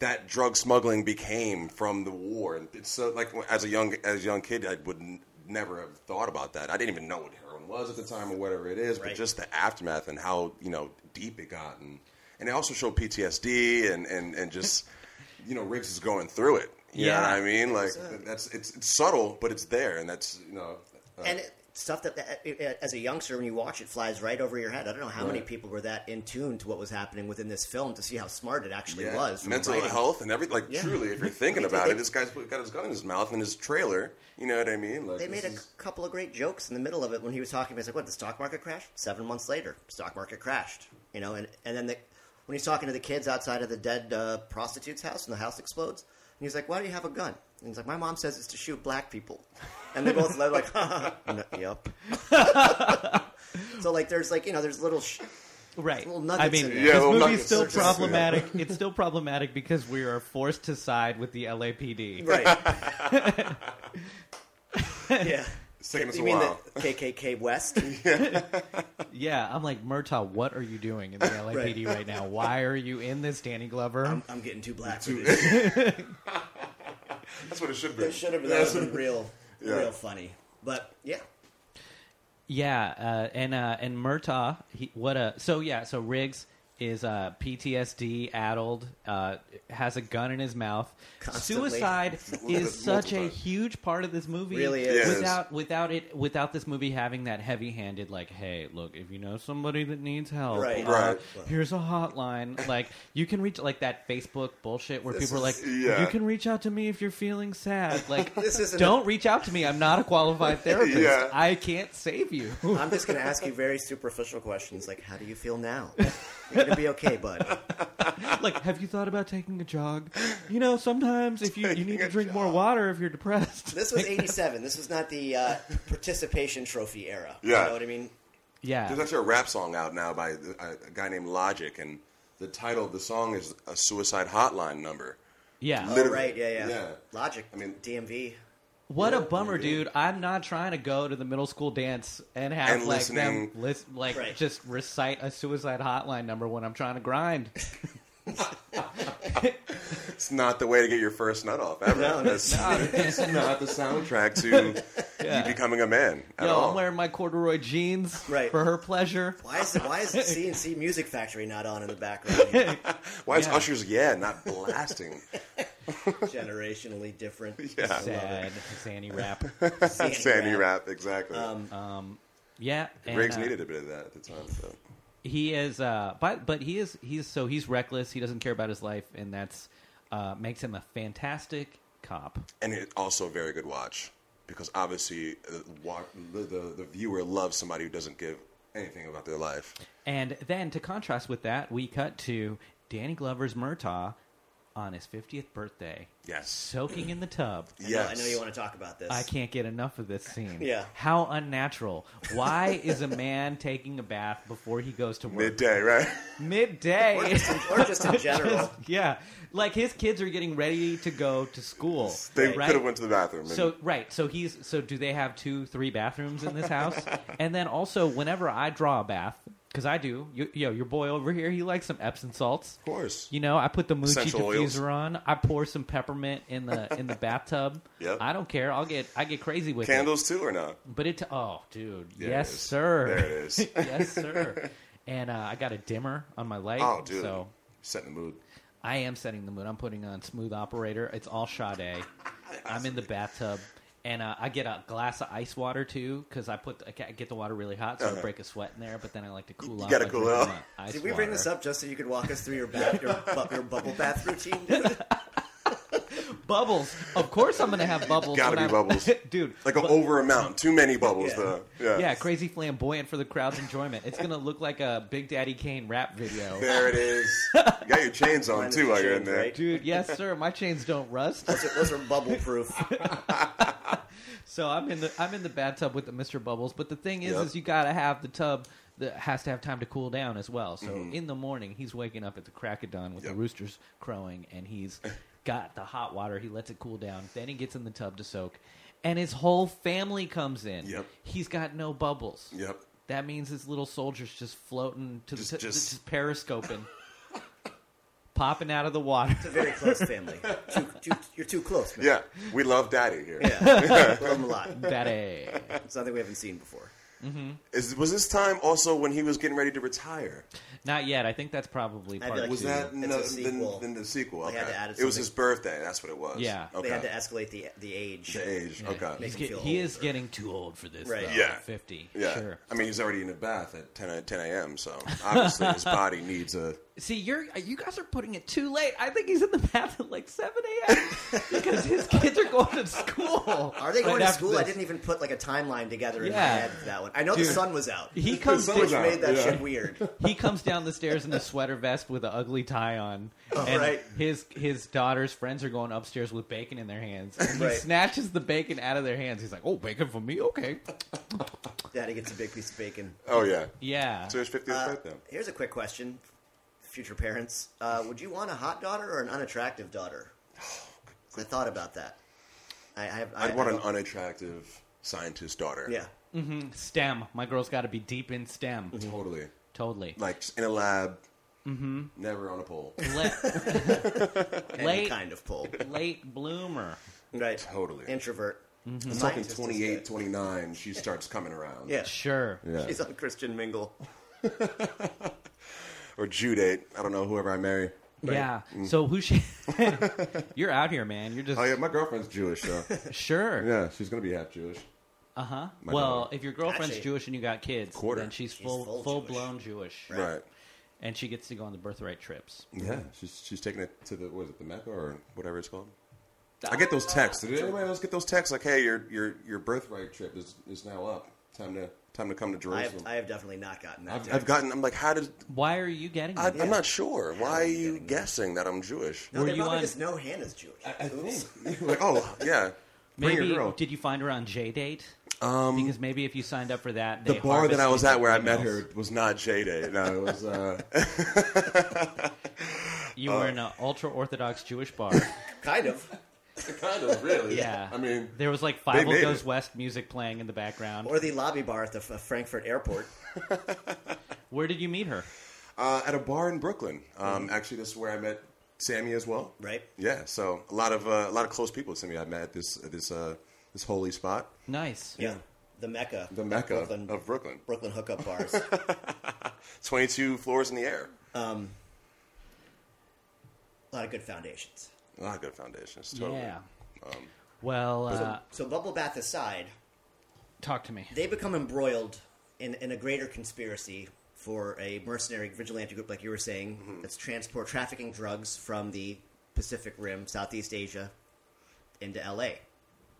that drug smuggling became from the war. And it's so like as a young as a young kid, I would n- never have thought about that. I didn't even know what heroin was at the time or whatever it is,
Right.
but just the aftermath and how you know deep it got and and it also showed PTSD and and and just you know Riggs is going through it. You know what
Yeah.
I mean? Like
Exactly.
that's it's, it's subtle, but it's there, and that's you know. uh,
And it, stuff that, that- it- it- as a youngster, when you watch it, flies right over your head. I don't know how many people were that in tune to what was happening within this film to see how smart it actually
yeah,
was. from
mental
writing.
health and everything. Like
Yeah.
truly, if you're thinking about it, this guy's put- got his gun in his mouth in his trailer. You know what I mean? Like
They made a
this is-
couple of great jokes in the middle of it when he was talking. He's like, "What? The stock market crashed seven months later. Stock market crashed." You know, and and then the, when he's talking to the kids outside of the dead uh, prostitute's house and the house explodes. And he's like, "Why do you have a gun?" And he's like, "My mom says it's to shoot black people." And they both they're like, "No, "Yep." so like, there's like you know, there's little. Sh-
Right.
Little nuggets
I mean,
in there.
Yeah,
this
little
movie's
nuggets.
still
They're just-
problematic. It's still problematic because we are forced to side with the LAPD.
right. yeah.
It's taking us
You
a
mean
while.
the KKK West?
Yeah, I'm like Murtaugh. What are you doing in the LAPD right. now? Why are you in this, Danny Glover?
I'm, I'm getting too black for this.
That's what it should be.
That should have been, that
That's-
would've been real,
Yeah.
real funny. But yeah,
yeah, uh, and uh, and Murtaugh. He, what a so yeah. So Riggs is uh, PTSD addled. Uh, has a gun in his mouth.
Constantly.
Suicide is
Multiple
such a
times.
huge part of this movie.
Really is.
Yes.
Without without it without this movie having that heavy handed like, hey, look, if you know somebody that needs help,
Right.
uh,
Right.
here's a hotline. Like you can reach like that Facebook bullshit where
This
people are like,
is- yeah.
you can reach out to me if you're feeling sad. Like
This isn't
don't reach out to me. I'm not a qualified therapist.
Yeah.
I can't save you.
I'm just going to ask you very superficial questions, like how do you feel now? You're going to be okay, bud.
like, have you thought about taking a jog? You know, sometimes if you, you need
Taking
to
a
drink more
jog.
water if you're depressed.
This was '87. This was not the uh, participation trophy era.
Yeah.
you know what I mean.
yeah.
There's actually a rap song out now by a, a guy named Logic, and the title of the song is a suicide hotline number.
Yeah.
Oh,
Literally.
right, yeah, yeah,
Yeah.
Logic. I
I
mean,
mean-
DMV.
What a
Yeah,
bummer,
you do.
dude. I'm not trying to go to the middle school dance and have
And
like them
listening.
lis- like
Right.
just recite a suicide hotline number when I'm trying to grind.
It's not the way to get your first nut off ever.
No,
That's it's not the soundtrack to you becoming a man at
Yo,
all.
I'm wearing my corduroy jeans
Right.
for her pleasure.
Why is it, why is CNC Music Factory not on in the background?
Why is
Yeah.
Usher's yeah not blasting?
Generationally different.
Yeah.
Sad, sandy rap.
Sandy,
Sandy rap, exactly.
Um,
Yeah, and,
Riggs
uh,
needed a bit of that at the time. So.
he is uh but but he is he's so he's reckless he doesn't care about his life and that's uh makes him a fantastic cop
And it also a very good watch because obviously uh, wa- the, the, the viewer loves somebody who doesn't give anything about their life.
and then to contrast with that we cut to danny glover's murtaugh on his 50th birthday
Yes.
soaking in the tub
I, know,
yes.
I know you want to talk about this.
I can't get enough of this scene.
Yeah.
How unnatural. Why is a man taking a bath before he goes to work?
Midday, right?
Or
Midday.
just in, or just in general.
yeah. Like his kids are getting ready to go to school.
They
right?
could have went to the bathroom. and-
So right, so he's so do they have two, three bathrooms in this house? and then also, whenever I draw a bath, because I do, you, yo, your boy over here, he likes some Epsom salts.
of course.
You know, I put the Mucci
Essential
diffuser
oils.
on. I pour some peppermint in the in the bathtub.
Yep.
I don't care. I'll get I get crazy with
Candles too or not?
it. But it oh, dude,
There it
yes,
is.
sir,
There it is.
yes, sir. And uh, I got a dimmer on my light.
Oh, dude.
So
Setting the mood.
I am setting the mood. I'm putting on Smooth Operator. It's all Sade. I'm in the bathtub, and uh, I get a glass of ice water too because I put I ca- get the water really hot, so I break a sweat in there. But then I like to cool off.
Uh-huh. gotta
by
cool
drinking
off.
the ice
Did we bring
water.
this up just so you could walk us through your bath, your, bu- your bubble bath routine? dude?
Bubbles. Of course, I'm gonna have bubbles.
Gotta
when
be
I'm-
bubbles.
dude.
Like uh, an over amount. Too many bubbles,
Yeah.
though. Yeah.
yeah, crazy flamboyant for the crowd's enjoyment. It's gonna look like a Big Daddy Kane rap video.
There it is. You got your chains on,
Minus
too,
the
while you're in
chains,
there.
right?
Dude, yes, sir. My chains don't rust.
Those are- Those are bubble proof.
So I'm in the I'm in the bathtub with the Mr. Bubbles, but the thing is,
Yep.
is you gotta have the tub that has to have time to cool down as well. So in the morning, he's waking up at the crack of dawn with the
Mm-hmm. Yep.
roosters crowing, and he's got the hot water. He lets it cool down, then he gets in the tub to soak, and his whole family comes in.
Yep.
He's got no bubbles.
Yep.
That means his little soldier's just floating to
Just-
the t-
just-
just periscoping, popping out of the water.
Very close family. Too, too, you're too close, man.
Yeah. We love daddy here. Is
Yeah. Love him a lot.
Daddy.
It's something we haven't seen before.
was this time also when he was getting ready to retire?
Not yet. I think that's probably
I'd be
part
like,
two.
Was that
It's
in
a
the,
sequel.
Then, then the sequel?
They
Okay.
had to add
it was
something.
his birthday. That's what it was.
Yeah.
Okay.
They had to escalate the the age.
The age. Okay.
He's get-
feel
he is
older.
getting too old for this.
Right.
Though,
Yeah.
50.
Yeah.
Sure.
uh, I mean, he's already in a bath at 10, a- 10 a.m., so obviously his body needs a
See, you're you guys are putting it too late. I think he's in the bath at like seven a.m. because his kids are going to school.
Are they
Right
going to
after
school? I
this.
didn't even put like a timeline together in my
Yeah.
head for that one. I know the
Dude.
sun was out,
He comes
sun
which
was
down,
out.
made that
yeah.
shit weird.
he comes down the stairs in a sweater vest with an ugly tie on,
Oh,
and
right.
his his daughter's friends are going upstairs with bacon in their hands. And he
Right.
snatches the bacon out of their hands. He's like, "Oh, bacon for me? Okay,
Daddy gets a big piece of bacon.
Oh yeah.
yeah."
So his 50th
Uh,
birthday.
here's a quick question, future parents: uh, Would you want a hot daughter or an unattractive daughter? I thought about that. I, I, have- I,
I'd want
I
an
don't-
unattractive scientist daughter.
yeah.
STEM. My girl's got to be deep in STEM.
Totally.
Totally.
Like in a lab. Mm-hmm. Never on a pole.
Le-
Any
late,
kind of pull.
late bloomer.
Right.
Totally.
Introvert.
I'm
Scientist
talking
is
28,
good.
29. She starts coming around.
Yeah.
Sure.
Yeah.
She's on Christian Mingle.
Or Judate. I don't know whoever I marry.
Yeah. So who she? You're out here, man. You're just
Mm. Oh yeah, my girlfriend's Jewish, so
sure.
yeah, she's gonna be half Jewish.
Uh huh.
My
Well,
daughter.
if your girlfriend's
Actually-
Jewish and you got kids,
Quarter.
then she's,
She's
full
full
full
Jewish.
blown Jewish,
Right.
and she gets to go on the birthright trips.
Yeah, she's she's taking it to the what is it the Mecca or whatever it's called. I get those texts. Did anybody else get those texts? Like, hey, your your your birthright trip is, is now up. Time to time to come to
I have,
Jerusalem.
I have definitely not gotten that.
I've,
text.
I've gotten. I'm like, how did?
Why are you getting
I,
that?
Yeah.
I'm not sure. Why are
did you
you
get it?
guessing that I'm Jewish?
no,
Were
they
you
probably
on-
just know Hannah's Jewish. Oops.
like, oh yeah, bring
Maybe
your girl.
did you find her on J date?
Um,
because maybe if you signed up for that,
the
they
bar that I
harvested
was at where I
your
met
emails.
her was not J Day. No, it was. Uh,
you were in an ultra orthodox Jewish bar.
Kind of.
kind of really.
yeah,
I mean,
there was like Five
made
Goes
it.
West music playing in the background.
Or the lobby bar at the F- Frankfurt airport.
Where did you meet her?
uh, at a bar in Brooklyn. Um, Actually, this is where I met Sammy as well.
Right.
Yeah. So a lot of uh, a lot of close people to me I met at this at this uh, this holy spot,
Nice.
Yeah. The Mecca.
the mecca
Brooklyn,
of Brooklyn.
Brooklyn hookup bars.
Twenty two floors in the air.
a lot of good foundations.
A lot of good foundations. Totally.
Yeah.
Um,
well, uh,
So bubble bath aside,
talk to me.
they become embroiled in, in a greater conspiracy for a mercenary vigilante group, like you were saying, that's transport trafficking drugs from the Pacific Rim, Southeast Asia, into L.A.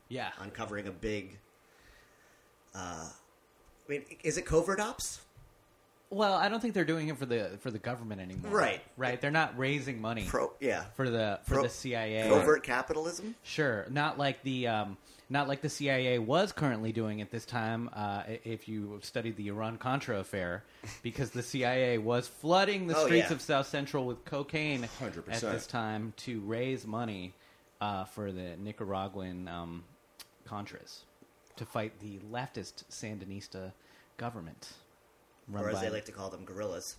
Yeah.
uncovering a big. Uh, I mean, is it covert ops?
Well, I don't think they're doing it for the for the government anymore.
Right.
Right. They're not raising money
Pro, yeah,
for the for
Pro-
the CIA.
covert capitalism.
Sure. Not like the um, not like the CIA was currently doing at this time. Uh, i- if you studied the Iran Contra affair, because the CIA was flooding the
Oh,
streets
yeah.
of South Central with cocaine at
100%.
this time to raise money uh, for the Nicaraguan um, Contras to fight the leftist Sandinista government. Run
Or as
by
they like to call them, gorillas.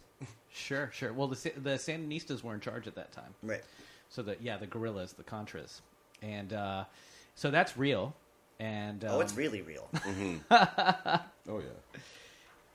Sure, sure. Well, the Sa- the Sandinistas were in charge at that time,
Right.
so the yeah, the guerrillas, the Contras, and uh, so that's real. And um,
Oh, it's really real.
Oh yeah.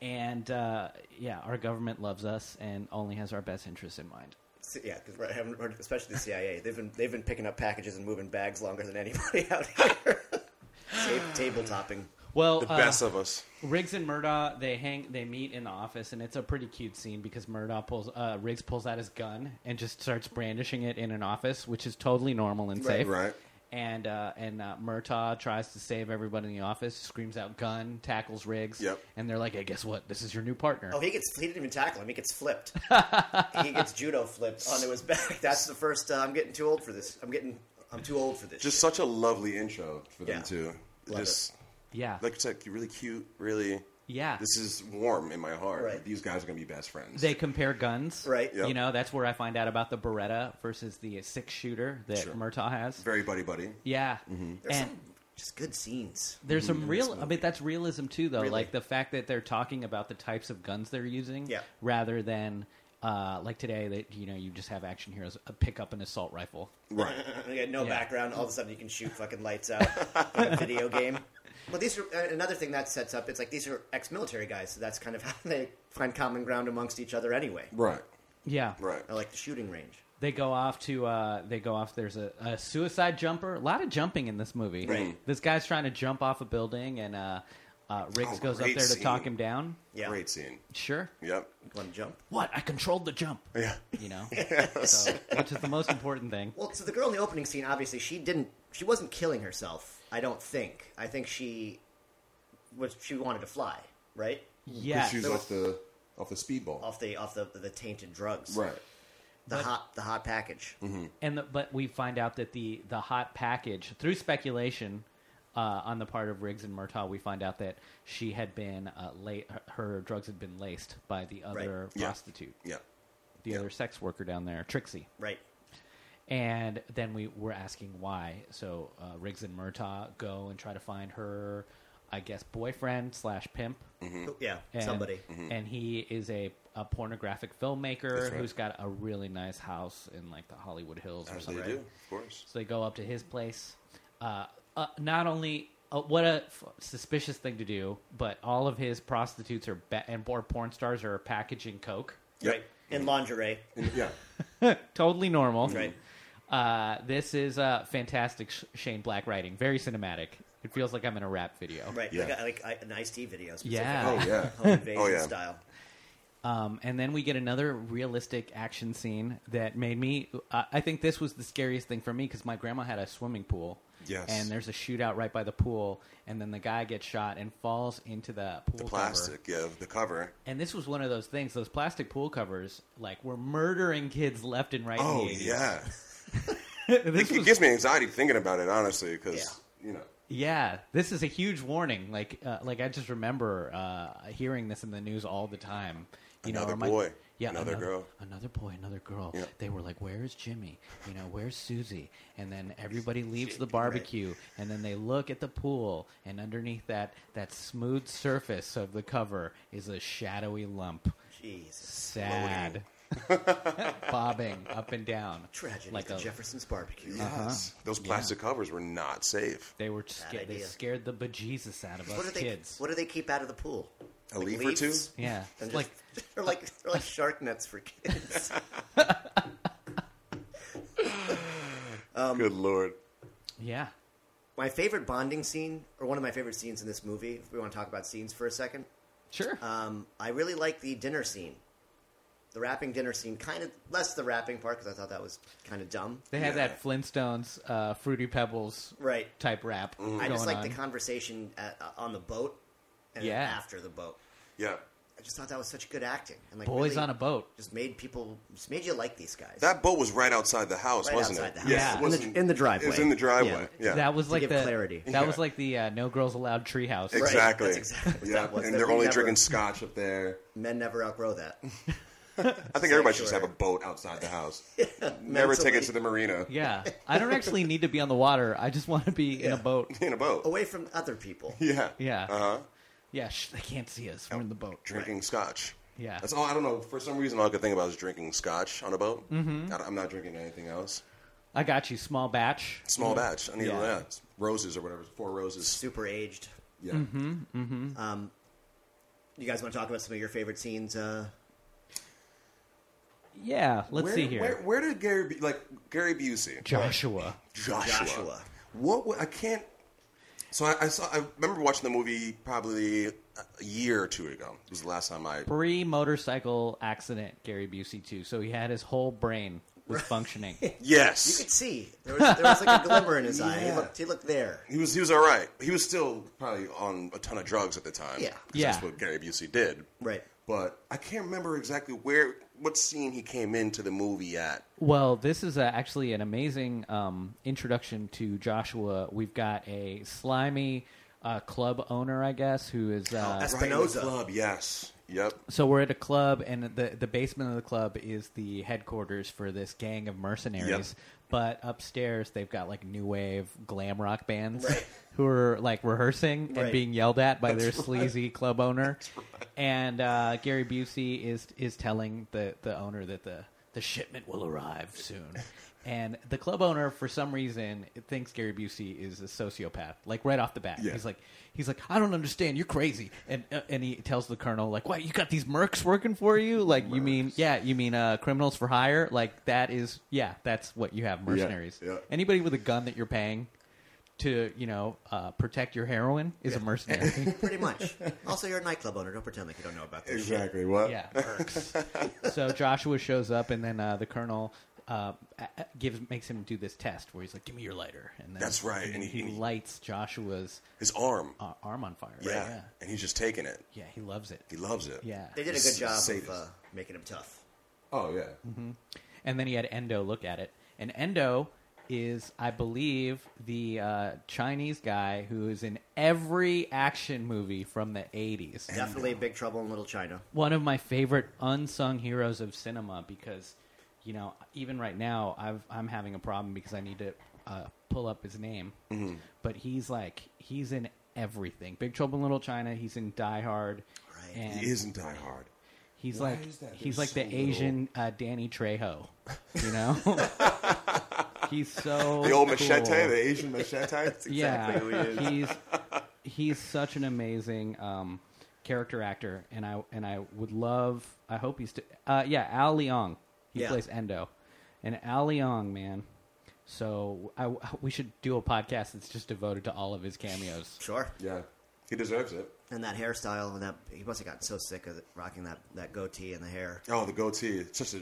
And uh, yeah, our government loves us and only has our best interests in mind.
So, yeah, because I haven't heard, especially the CIA. They've been they've been picking up packages and moving bags longer than anybody out here. Ta- table topping.
Well,
The
uh,
best of us.
Riggs and Murdaugh they hang they meet in the office and it's a pretty cute scene because Murdaugh pulls uh, Riggs pulls out his gun and just starts brandishing it in an office which is totally normal and
Right.
safe
Right.
and uh, and uh, Murtaugh tries to save everybody in the office screams out gun tackles Riggs
Yep.
and they're like hey guess what this is your new partner
Oh, he gets he didn't even tackle him. He gets flipped. he gets judo flipped onto his back. That's the first. Uh, I'm getting too old for this. I'm getting. I'm too old for this.
Just such a lovely intro for them
Yeah.
too.
Love
Just
yeah
like you said, really cute. Really.
Yeah.
This is warm in my heart.
Right.
These guys are gonna be best friends.
they compare guns
Right.
Yep.
you know that's where I find out about the Beretta versus the six shooter that
Sure. mm-hmm.
Murtaugh has
Very buddy buddy.
yeah
There's
and
some just good scenes.
There's
Mm-hmm.
some real. I mean, that's realism too, though.
Really.
Like the fact that they're talking about the types of guns they're using,
Yeah.
rather than uh, like today that you know you just have action heroes uh, pick up an assault rifle.
Right.
You got no
Yeah.
background. All of a sudden, you can shoot fucking lights out. in a video game. Well, these are uh, another thing that sets up. It's like these are ex-military guys, so that's kind of how they find common ground amongst each other anyway.
Right.
Yeah,
Right.
I like the shooting range.
They go off to. Uh, they go off. There's a, a suicide jumper. A lot of jumping in this movie.
Right.
This guy's trying to jump off a building, and uh, Uh, Riggs
Oh,
goes up
great
there to talk
scene.
him down.
Yeah.
Great scene.
Sure.
Yep.
Want to jump?
What? I controlled the jump.
Yeah.
You know, so, which is the most important thing.
Well, so the girl in the opening scene, obviously, she didn't. She wasn't killing herself. I don't think. I think she was. She wanted to fly, right?
Yeah.
She's off the off the speedball.
Off the off the the tainted drugs.
Right. Mm-hmm.
The
But-
hot the hot package.
and the, but we find out that the the hot package through speculation uh, on the part of Riggs and Murtaugh, we find out that she had been uh, late. Her, her drugs had been laced by the other
Yeah.
prostitute,
Yeah.
the other sex worker down there, Trixie.
Right.
And then we were asking why. So uh, Riggs and Murtaugh go and try to find her, I guess, boyfriend slash pimp.
Mm-hmm.
Yeah.
And,
Somebody.
And he is a, a pornographic filmmaker
That's right.
who's got a really nice house in like the Hollywood Hills or
As they
something.
do, of course.
So they go up to his place. Uh, uh, not only uh, what a f- suspicious thing to do, but all of his prostitutes are ba- and or porn stars are packaging coke.
Yep.
Right. In lingerie.
And- yeah.
Totally normal.
Right.
Uh, this is uh, fantastic Sh- Shane Black writing. Very cinematic. It feels like I'm in a rap video.
Right.
Yeah.
Like, like I- an iced tea video. specifically.
Yeah.
Oh yeah.
Home invasion
Oh, yeah.
style.
Um, and then we get another realistic action scene that made me. Uh, I think this was the scariest thing for me because my grandma had a swimming pool.
Yes.
And there's a shootout right by the pool, and then the guy gets shot and falls into the pool
The
cover.
plastic. Yeah. The cover.
And this was one of those things. Those plastic pool covers, like, were murdering kids left and right.
Oh
in the 80s.
yeah.
this
It
was-
gives me anxiety thinking about it, honestly, because you know.
Yeah, this is a huge warning. Like, uh, like I just remember uh, hearing this in the news all the time. You know,
Another
or my-
boy, another girl.
another boy, another girl.
Yeah.
They were like, "Where's Jimmy? You know, where's Susie?" And then everybody leaves the barbecue, and then they look at the pool, and underneath that that smooth surface of the cover is a shadowy lump,
Jesus.
sad, bobbing up and down,
Tragedy
like
like
a.
Jefferson's barbecue.
Yes.
Uh-huh.
Those plastic covers were not safe.
They were scared. They
idea.
scared the bejesus out of
What do
us
they?
kids.
What do they keep out of the pool?
A leaf or two?
leaves?
Yeah,
And
like
like they're like they're like shark nets for kids.
Good lord.
yeah,
my favorite bonding scene, or one of my favorite scenes in this movie, if we want to talk about scenes for a second,
sure.
um, I really like the dinner scene, the rapping dinner scene. Kind of less the rapping part because I thought that was kind of dumb.
they had
yeah.
that Flintstones, uh, Fruity Pebbles
Right. Mm.
type rap
I
going
just like
on.
the conversation at, uh, on the boat and then
Yeah.
after the boat.
Yeah.
I just thought that was such good acting. And like
Boys
really
on a boat.
just made people just made you like these guys.
That boat was right outside the house,
Right
wasn't
outside
it?
the house.
Yeah.
It
In the-
wasn't-
in the driveway.
It was in the driveway.
Yeah.
Yeah.
That was
To
like
give
the
clarity.
that
Yeah.
was like the uh, No Girls Allowed treehouse.
Right.
exactly.
That's exactly what
yeah.
that was.
And
That
they're
we
only
never-
drinking scotch up there.
Men never outgrow that.
I think everybody should just have a
Sanctuary.
boat outside the house. Never take it
Mentally.
to the marina
Yeah, I don't actually need to be on the water. I just want to be in a
Yeah. Uh-huh.
boat.
in a boat.
away from other people.
Yeah.
Yeah.
Uh huh.
Yeah, sh- they can't see us. We're in the boat.
Drinking scotch.
Yeah.
That's all. I don't know. For some reason, all I could think about is drinking scotch on a boat. Mm-hmm. I, am not drinking anything else.
I got you, small batch.
Small batch. I need
Mm-hmm. Yeah.
yeah. roses or whatever. Four roses.
Super aged.
Yeah.
mm-hmm.
You guys want to talk about some of your favorite scenes? Uh,
Yeah, let's
Where-
see here.
Where, where did Gary Bu- like Gary Busey?
Joshua.
Joshua.
Joshua.
What wa- I can't. So I, I saw. I remember watching the movie probably a year or two ago. It was the last time I.
Pre motorcycle accident, Gary Busey too. So he had his whole brain was functioning.
you
Yes,
could see there was, there was like a glimmer in his eye. He
Yeah.
looked, he looked there.
he was. He was all right. He was still probably on a ton of drugs at the time.
Yeah.
'cause
Yeah.
That's what Gary Busey did.
Right.
But I can't remember exactly where what scene he came into the movie at.
Well, this is uh actually an amazing um, introduction to Joshua. We've got a slimy uh, club owner, I guess, who is. Uh,
that's-
Right in the
Spinoza.
club. Yes. Yep.
so we're at a club, and the the basement of the club is the headquarters for this gang of mercenaries.
Yep.
But upstairs, they've got like new wave glam rock bands who are like rehearsing and
Right.
being yelled at by their sleazy club owner. And uh, Gary Busey is is telling the, the owner that the, the shipment will arrive soon. And the club owner, for some reason, thinks Gary Busey is a sociopath. Like right off the bat,
Yeah.
he's like, he's like, I don't understand. You're crazy. And uh, and he tells the colonel, like, what? You got these mercs working for you? Like, you mean, yeah, you mean uh, criminals for hire? Like that is, yeah, that's what you have, mercenaries.
yeah.
Anybody with a gun that you're paying to you know uh, protect your heroin is a mercenary.
Pretty much. Also, you're a nightclub owner. Don't pretend like you don't know about this. shit.
Exactly. What?
yeah, perks. so Joshua shows up, and then uh, the colonel uh, a- a- gives makes him do this test where he's like, "Give me your lighter," and then,
That's right,
And,
and
he,
he- he-
lights Joshua's
His arm.
uh, arm on fire.
yeah.
yeah,
And he's just taking it.
yeah, he loves it.
He loves it.
Yeah,
They did a
This
good
is
job of
sadist.
uh, making him tough.
Oh yeah.
Mm-hmm. and then he had Endo look at it, and Endo is, I believe, the uh, Chinese guy who is in every action movie from the '80s.
Definitely Big Trouble in Little China.
one of my favorite unsung heroes of cinema because you know even right now I've, i'm having a problem because i need to uh, pull up his name but he's like he's in everything big trouble in little china he's in die hard
Right.
and
He isn't Die Hard.
he's
Why
like
is that?
he's
There's
like
so
the
little.
asian uh, danny trejo you know he's so
The
cool.
old machete, the Asian machete. That's exactly
yeah,
who he is.
he's he's such an amazing um, character actor, and I and I would love. I hope he's. st- uh, yeah, Al Leong. He
Yeah.
plays Endo, and Al Leong, man. So I, we should do a podcast that's just devoted to all of his cameos.
Sure.
Yeah. He deserves it.
And that hairstyle and that he must have gotten so sick of it, rocking that, that goatee and the hair.
Oh, the goatee. It's such a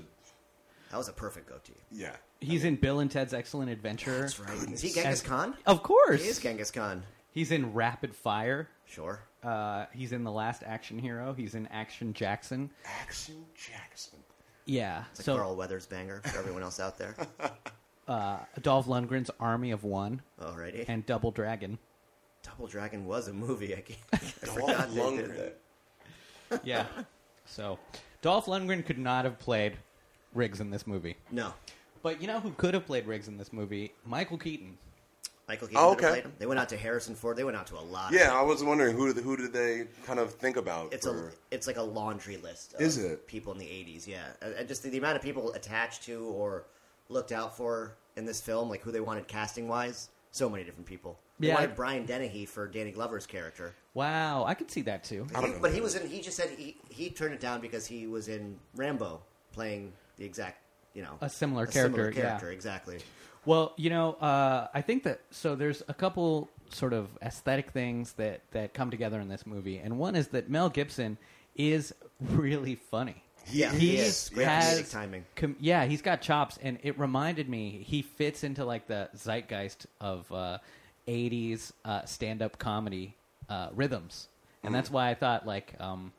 That was a perfect goatee.
yeah.
He's in Bill and Ted's Excellent Adventure.
That's right. Is he Genghis
And-
Khan?
Of
He
course,
is Genghis Khan.
he's in Rapid Fire.
Sure.
Uh, he's in The Last Action Hero. He's in Action Jackson.
Action Jackson.
Yeah.
It's a
so
Carl Weathers banger for everyone else out there.
uh, Dolph Lundgren's Army of One
Alrighty.
and Double Dragon.
Double Dragon was a movie. I, can't, I forgot
Dolph
they did
Lundgren.
that.
Yeah. So Dolph Lundgren could not have played Riggs in this movie.
No.
But you know who could have played Riggs in this movie? Michael Keaton.
Michael Keaton
Oh,
could've
okay.
played him. They went out to Harrison Ford. They went out to a lot. Of
Yeah, I was wondering who who did they kind of think about?
it's
for-
a it's like a laundry list. Of
Is it?
people in the '80s? Yeah, I, I just the, amount of people attached to or looked out for in this film, like who they wanted casting wise. So many different people. They
Yeah.
wanted Brian Dennehy for Danny Glover's character,
Wow, I could see that too.
I don't know.
but he was in. He just said he he turned it down because he was in Rambo playing the exact you know
A similar
similar
character, yeah.
character exactly.
Well, you know, uh, I think that so there's a couple sort of aesthetic things that that come together in this movie, and one is that Mel Gibson is really funny.
Yeah,
He
he is. Great
has
comedic timing.
com- yeah, he's got chops, and it reminded me he fits into like the zeitgeist of uh, '80s uh, stand-up comedy uh, rhythms, and
Mm.
that's why I thought like um,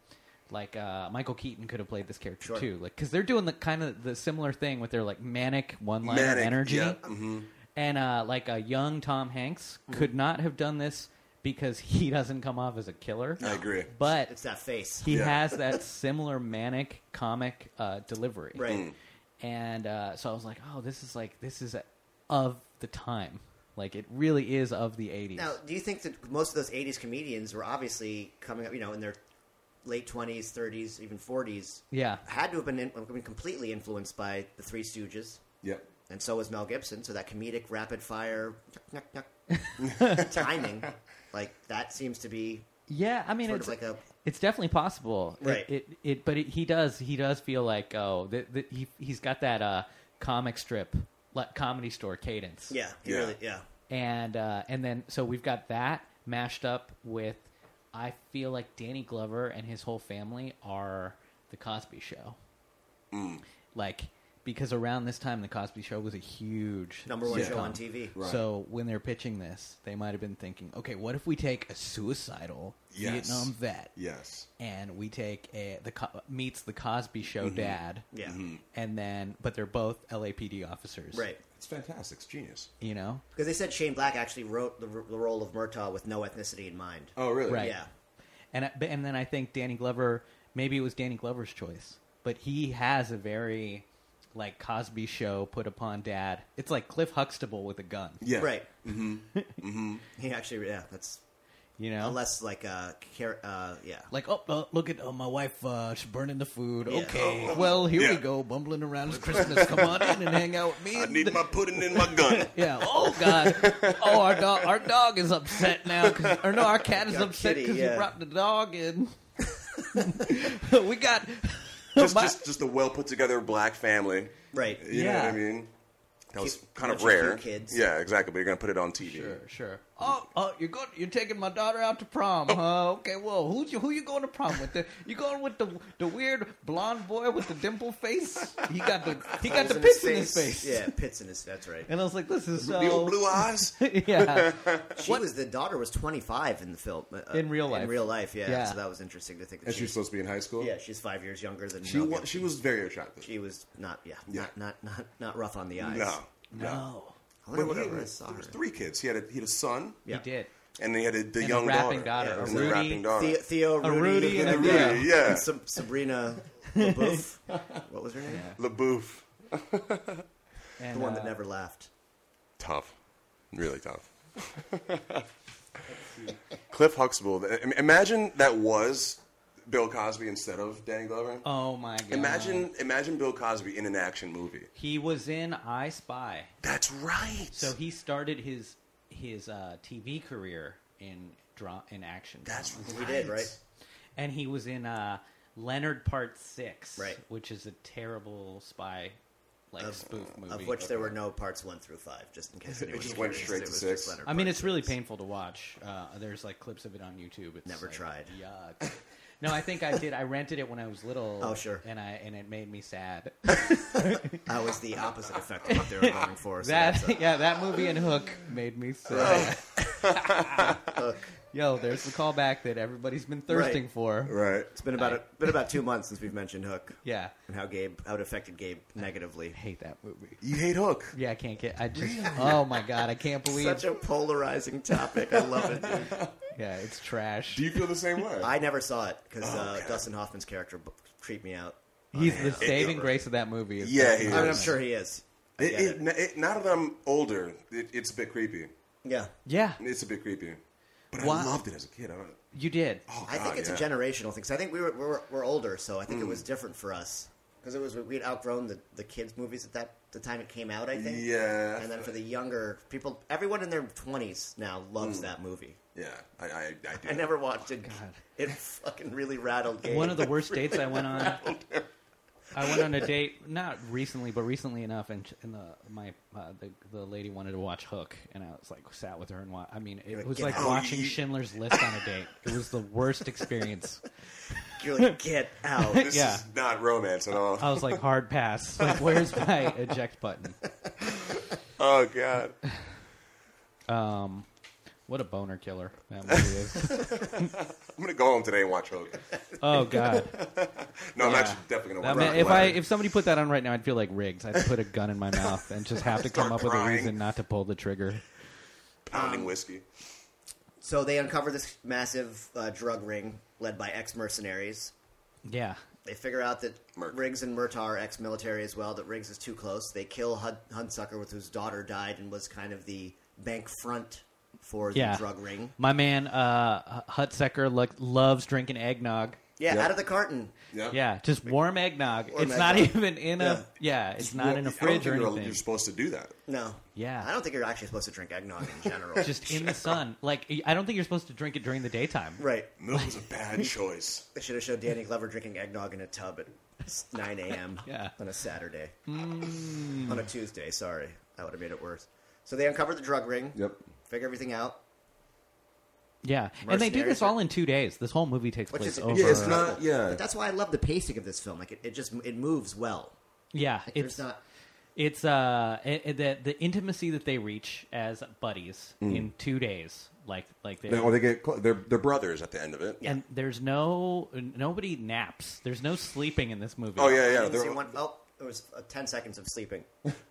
like uh, Michael Keaton could have played this character
Sure.
too, like because they're doing the kind of the similar thing with their like manic one-liner
Manic,
energy,
yeah, mm-hmm.
and uh, like a young Tom Hanks could not have done this because he doesn't come off as a killer.
I agree.
But
It's that face.
he
Yeah.
has that similar manic comic uh, delivery
Right. Mm.
and uh, so i was like oh this is like this is of the time like it really is of the 80s
Now, do you think that most of those '80s comedians were obviously coming up, you know, in their late 20s, 30s, even 40s?
Yeah.
had to have been, in, have been completely influenced by the Three Stooges,
Yep.
and so was Mel Gibson. So that comedic rapid fire yuck, yuck, yuck, timing, like that, seems to be
yeah i mean
sort
it's
of like a
it's definitely possible It-
Right.
it, it, but it, he does he does feel like oh th th he, he's got that uh, comic strip like comedy store cadence
yeah, he
Yeah.
really, yeah.
and uh, and then so we've got that mashed up with I feel like Danny Glover and his whole family are the Cosby Show,
Mm.
like because around this time the Cosby Show was a huge
Number one
sitcom.
show on TV.
Right.
So when they're pitching this, they might have been thinking, okay, what if we take a suicidal
Yes.
Vietnam vet
Yes.
and we take a the Co- meets the Cosby Show
Mm-hmm.
dad,
Yeah. Mhm.
and then but they're both LAPD officers,
Right.
It's fantastic. It's genius.
You know,
Because they said Shane Black actually wrote the, r- the role of Murtaugh with no ethnicity in mind.
Oh, really?
Right.
Yeah.
And I- but- and then I think Danny Glover, maybe it was Danny Glover's choice, but he has a very like Cosby show put upon dad. It's like Cliff Huxtable with a gun,
Yeah.
Right. Mm-hmm. mm-hmm. He actually, yeah, that's
you know.
unless like uh, car- uh yeah
like oh uh, look at uh, my wife uh, she's burning the food
Yeah.
okay well here we
Yeah.
go bumbling around it's christmas come on in and hang out with me
I
and
need
the-
my pudding in my gun.
yeah oh god oh our dog our dog is upset now 'cause- or no our cat is
Our
upset
kitty,
because
yeah.
we brought the dog in we got
Just,
my-
just, just a well put together black family.
right
You know what
Yeah.
I mean? That was
Cute-
kind of
bunch of
rare.
cute kids.
Yeah, exactly. But you're gonna put it on TV.
Sure, sure. Oh, oh, you're going. You're taking my daughter out to prom, huh? Okay, well, who's you, who you going to prom with? The, you going with the the weird blonde boy with the dimple face? He got the he got the pits in his face.
Yeah, pits in his. That's right.
And I was like, this is so.
You have blue eyes.
yeah,
She was the daughter was 25 in the film. uh,
In real life.
In real life, yeah.
Yeah.
So that was interesting to think. That
And she was supposed to be in high school.
yeah, she's five years younger than
She
Mel
wa-
Gibson.
she was very attractive.
She was not, yeah,
Yeah.
Not, not not not rough on the eyes.
no, no.
no,
I wonder
But
what
he
year
had,
I saw
there
her.
was three kids. He had a, he had a son,
Yeah.
he did.
and then he had a, the
a
young
rapping
daughter,
daughter,
and
a
the
Rudy.
rapping daughter.
Theo, Theo
A
Rudy,
Rudy and a
Rudy,
Rudy,
yeah.
and Sab- Sabrina LaBeouf. what was her name?
LaBouf,
And,
The one
uh,
that never laughed.
tough, really tough. Cliff Huxtable. Th- I mean, Imagine that was Bill Cosby instead of Danny Glover.
Oh my god!
imagine imagine Bill Cosby in an action movie.
he was in I Spy,
That's right.
so he started his his uh, TV career in draw in action.
that's
dramas.
right.
He did right.
and he was in uh, Leonard Part Six,
Right.
Which is a terrible spy like spoof movie.
Of which there were no parts one through five, just in case anyone.
just went straight to six.
I mean, it's really painful to watch. Uh, there's like clips of it on YouTube. It's
Never
like,
tried.
Yuck. No, I think I did. I rented it when I was little.
Oh, sure.
And I and it made me sad.
That was the opposite effect of what they were going for. So
That
that's, uh,
yeah, that movie and Hook made
Oh.
me sad. Yo, there's the callback that everybody's been thirsting
Right.
for.
Right.
it's been about a, been about two months since we've mentioned Hook
Yeah,
and how Gabe how it affected Gabe negatively.
I hate that movie.
You hate Hook.
Yeah, I can't get. I just. Oh my god, I can't believe.
Such a polarizing topic. I love it.
yeah, it's trash.
Do you feel the same way?
I never saw it because uh,
God.
Dustin Hoffman's character b- creeped me out.
He's the
it-
saving
it-
grace of that movie. is
Yeah,
that-
he
I mean, I'm
is.
sure he is. I
It,
get
it,
it.
n- it, now that I'm older, it, it's a bit creepy.
Yeah.
yeah,
It's a bit creepy. But
Why-
I loved it as a kid. I don't.
you did.
Oh,
I think
God,
it's
yeah.
a generational thing. 'cause I think we were, we're, we're older, so I think it was different for us. Because it was we had outgrown the, the kids' movies at that the time it came out. I think.
Yeah.
And then for the younger people, everyone in their twenties now loves that movie.
Yeah, I, I, I do.
I never watched it. It fucking really rattled. Gabe.
One of the worst dates I went on. I went on a date not recently, but recently enough, and, and the my uh, the the lady wanted to watch Hook, and I was like sat with her and watched. I mean, it
like,
was
"Get
like
out."
watching Schindler's List on a date. It was the worst experience.
You're like, get out.
This
yeah.
is not romance at all.
Oh,
I was like hard pass. Like, where's my eject button?
oh God.
What a boner killer that movie is.
I'm gonna go home today and watch Hogan.
Oh god.
No, I'm
Yeah.
actually definitely
That
gonna
man-
watch.
if I if somebody put that on right now, I'd feel like rigs. I'd put a gun in my mouth and just have to come up with
Start
a
crying.
reason not to pull the trigger.
pounding whiskey.
So they uncover this massive uh, drug ring led by ex mercenaries.
Yeah,
They figure out that
Merc.
Riggs and Murtaugh are ex-military as well. That Riggs is too close. They kill Hud- Hudsucker, with whose daughter died and was kind of the bank front for the
yeah.
drug ring.
My man uh, Hutsecker lo- loves drinking eggnog.
Yeah,
Yep.
out of the carton.
Yep.
Yeah, just warm eggnog.
Warm
it's not
eggnog.
even in a yeah. it's not
Well,
in a
I don't
fridge
think
or
you're,
anything.
You're supposed to do that.
No.
Yeah.
I don't think you're actually supposed to drink eggnog in general.
just in the sun. Like I don't think you're supposed to drink it during the daytime.
right.
Milk was a bad choice.
They should have showed Danny Glover drinking eggnog in a tub at 9 a.m.
Yeah. Hmm.
on a Saturday. On a Tuesday, sorry. That would have made it worse. So they uncover the drug ring.
Yep.
Figure everything out.
Yeah, and they do
Mercenaries
this all in two days. This whole movie takes
Which
place
is
over.
Yeah, it's not- yeah.
But that's why I love the pacing of this film. Like it, it just it moves well.
Yeah,
It's
it's
not
It's uh it, it- the the intimacy that they reach as buddies in two days, like like they
Well, Mm. they get cl- they're they're brothers at the end of it.
and there's no nobody naps. There's no sleeping in this movie.
Oh yeah, yeah.
I didn't
they're-
see one- oh, it was uh, ten seconds of sleeping.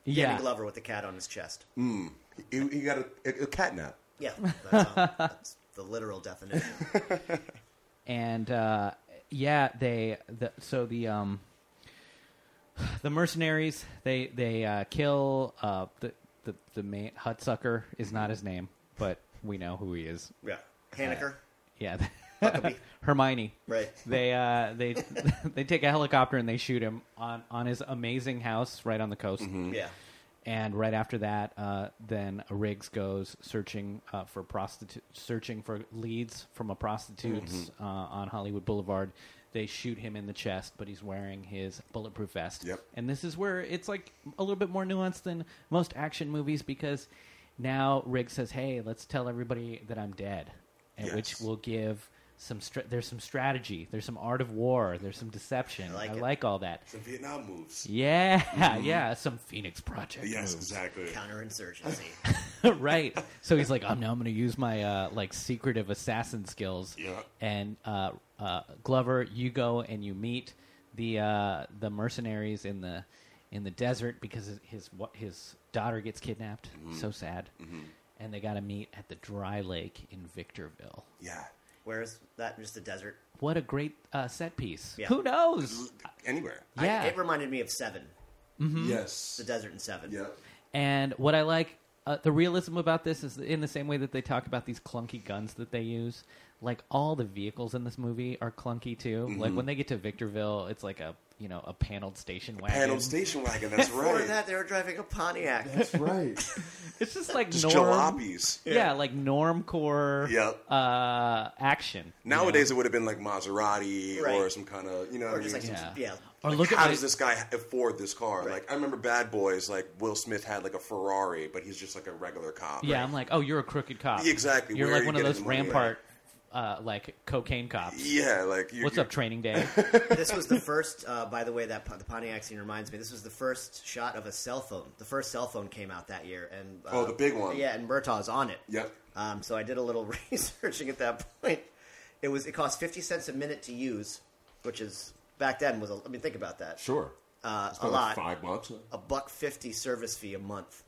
yeah.
Danny Glover with the cat on his chest.
Mm. He, he got a, a, a cat nap.
Yeah, that's, all. that's the literal definition.
and uh, yeah, they the, so the um the mercenaries they they uh, kill uh the the the main Hutsucker is not his name, but we know who he is.
Yeah, Haneker,
Yeah,
Huckabee,
Hermione.
right?
They uh, they they take a helicopter and they shoot him on on his amazing house right on the coast.
Mm.
Yeah,
And right after that, uh, then Riggs goes searching uh, for prostitute, searching for leads from a prostitute uh, on Hollywood Boulevard. They shoot him in the chest, but he's wearing his bulletproof vest.
Yep.
And this is where it's like a little bit more nuanced than most action movies because now Riggs says, "Hey, let's tell everybody that I'm dead," and which
Yes.
will give some. Str- there's some strategy. There's some art of war. There's some deception.
I like
I
it.
like all that.
Some Vietnam moves.
Yeah, yeah, some Phoenix Project.
Yes,
moves.
exactly.
Counterinsurgency.
right. So he's like, I'm now I'm going to use my uh, like secretive assassin skills.
Yeah.
And uh, uh, Glover, you go and you meet the uh, the mercenaries in the in the desert because his- his what his daughter gets kidnapped. So sad. And they got to meet at the dry lake in Victorville.
Yeah.
Where's that? Just the desert.
What a great uh, set piece.
Yeah.
Who knows?
Anywhere.
I-
Yeah.
it reminded me of Seven,
Mm-hmm.
Yes.
the desert in Seven.
Yeah.
And what I like, uh, the realism about this is in the same way that they talk about these clunky guns that they use. Like all the vehicles in this movie are clunky too.
Mm-hmm.
Like when they get to Victorville, it's like a you know a paneled station wagon.
Panel station wagon. That's
Before
right.
that, they were driving a Pontiac.
That's right.
It's just like
Just
norm.
jalopies.
Yeah. like normcore.
Yep.
Uh, action. you know?
Nowadays, it would have been like Maserati or
Right.
some kind of, you know, what
Or
I
just
mean?
like some-
Yeah.
yeah.
Or look at
how
my,
does this guy afford this car?
Right.
Like, I remember Bad Boys, like, Will Smith had, like, a Ferrari, but he's just, like, a regular cop.
yeah. I'm like, oh, you're a crooked cop.
Exactly,
You're
where
like
are
one
you
of
getting
those
the money at?
rampart, uh, like cocaine cops.
Yeah, like, you,
What's
you-
up, Training Day?
This was the first. Uh, by the way, that Pon- the Pontiac scene reminds me. This was the first shot of a cell phone. The first cell phone came out that year, and uh,
Oh, the big one.
Yeah, and Murtaugh's on it.
Yep.
Um, so I did a little researching at that point. It was it cost fifty cents a minute to use, which is back then was. A, I mean, think about that.
Sure.
Uh,
It's
a
about
lot.
Five bucks.
A buck fifty service fee a month,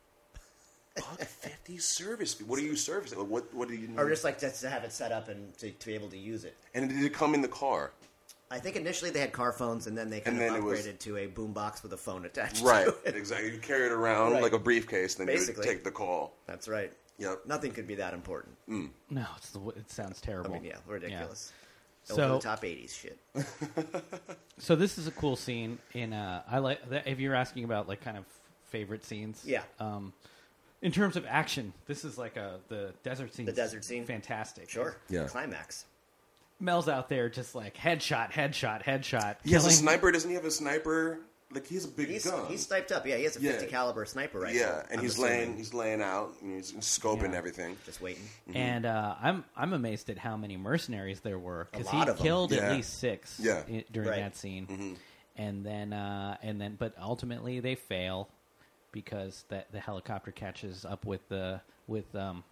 Buck 50 service fee. What do you service? Like, what, what do you
or just like just to have it set up and to, to be able to use it.
And did it come in the car?
I think initially they had car phones, and then they kind
And
of
then it was-
upgraded to a boombox with a phone attached.
Right,
To it.
exactly. You carry it around
Right.
like a briefcase, then
Basically.
you take the call.
That's right.
Yep.
Nothing could be that important.
no, it's the, it sounds terrible.
I mean, yeah, ridiculous.
So-
Over the top '80s shit.
So this is a cool scene in uh I like that if you're asking about like kind of favorite scenes.
Yeah.
Um in terms of action, this is like a the desert scene.
The desert scene?
Fantastic.
Sure.
Yeah.
Climax.
Mel's out there just like headshot, headshot, headshot.
He has a
killing-
sniper. Doesn't he have a sniper? Like he has a big
He's
gun.
he's sniped up. Yeah, he has a
Yeah.
50 caliber sniper rifle.
yeah,
I'm
and he's
assuming.
laying he's laying out and he's scoping
Yeah.
everything.
just waiting.
Mm-hmm.
And uh, I'm I'm amazed at how many mercenaries there were because
A
he
lot of 'em.
killed
Yeah.
at least six
Yeah. Mm-hmm.
i- during
Right.
that scene, and then uh, and then but ultimately they fail because that the helicopter catches up with the with um,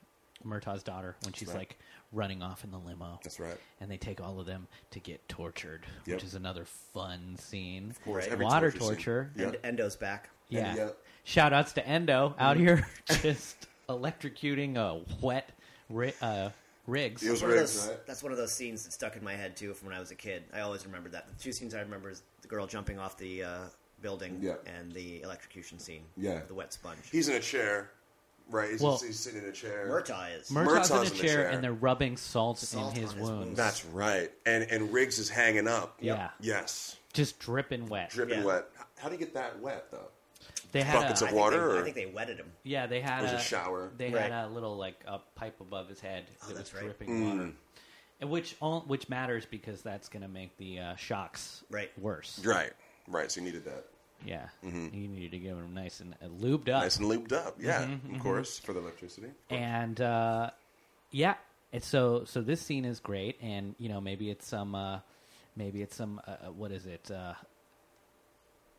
Murtaugh's daughter when she's
right.
like running off in the limo.
That's right.
And they take all of them to get tortured,
Yep.
which is another fun scene. Of
course, every
water
torture scene.
torture.
Yeah.
And Endo's back.
Yeah.
Yeah.
Shout outs to Endo out here just electrocuting a wet ri- uh, Riggs.
It was
One of
rigged,
those,
right?
that's one of those scenes that stuck in my head too from when I was a kid. I always remember that. The two scenes I remember is the girl jumping off the uh, building
Yeah.
and the electrocution scene.
Yeah.
the wet sponge.
He's in a chair, right? He's,
Well-
he's sitting in a chair.
Murtaugh is.
Murtaugh's in a
Murtaugh's
chair, and they're rubbing salt,
Salt
in his
on his
wounds.
wounds.
That's right. And and Riggs is hanging up.
Yeah.
Yes.
Just dripping wet.
Dripping
Yeah.
wet. How do you get that wet though?
They had
Buckets
a,
I
of
think
water,
They,
or-
I think they wetted him.
yeah, they had
Was
a,
it shower?
They
Right. Oh,
had a little like a pipe above his head that was
that's right.
dripping
Mm.
water, And which all, which matters because that's going to make the uh, shocks
Right.
worse.
Right. Right. So you needed that.
Yeah,
Mm-hmm.
you need to give them nice and uh, lubed up.
Nice and lubed up. Yeah. Of course for the electricity.
and uh, yeah, and so so this scene is great, and you know maybe it's some uh, maybe it's some uh, uh, what is it uh,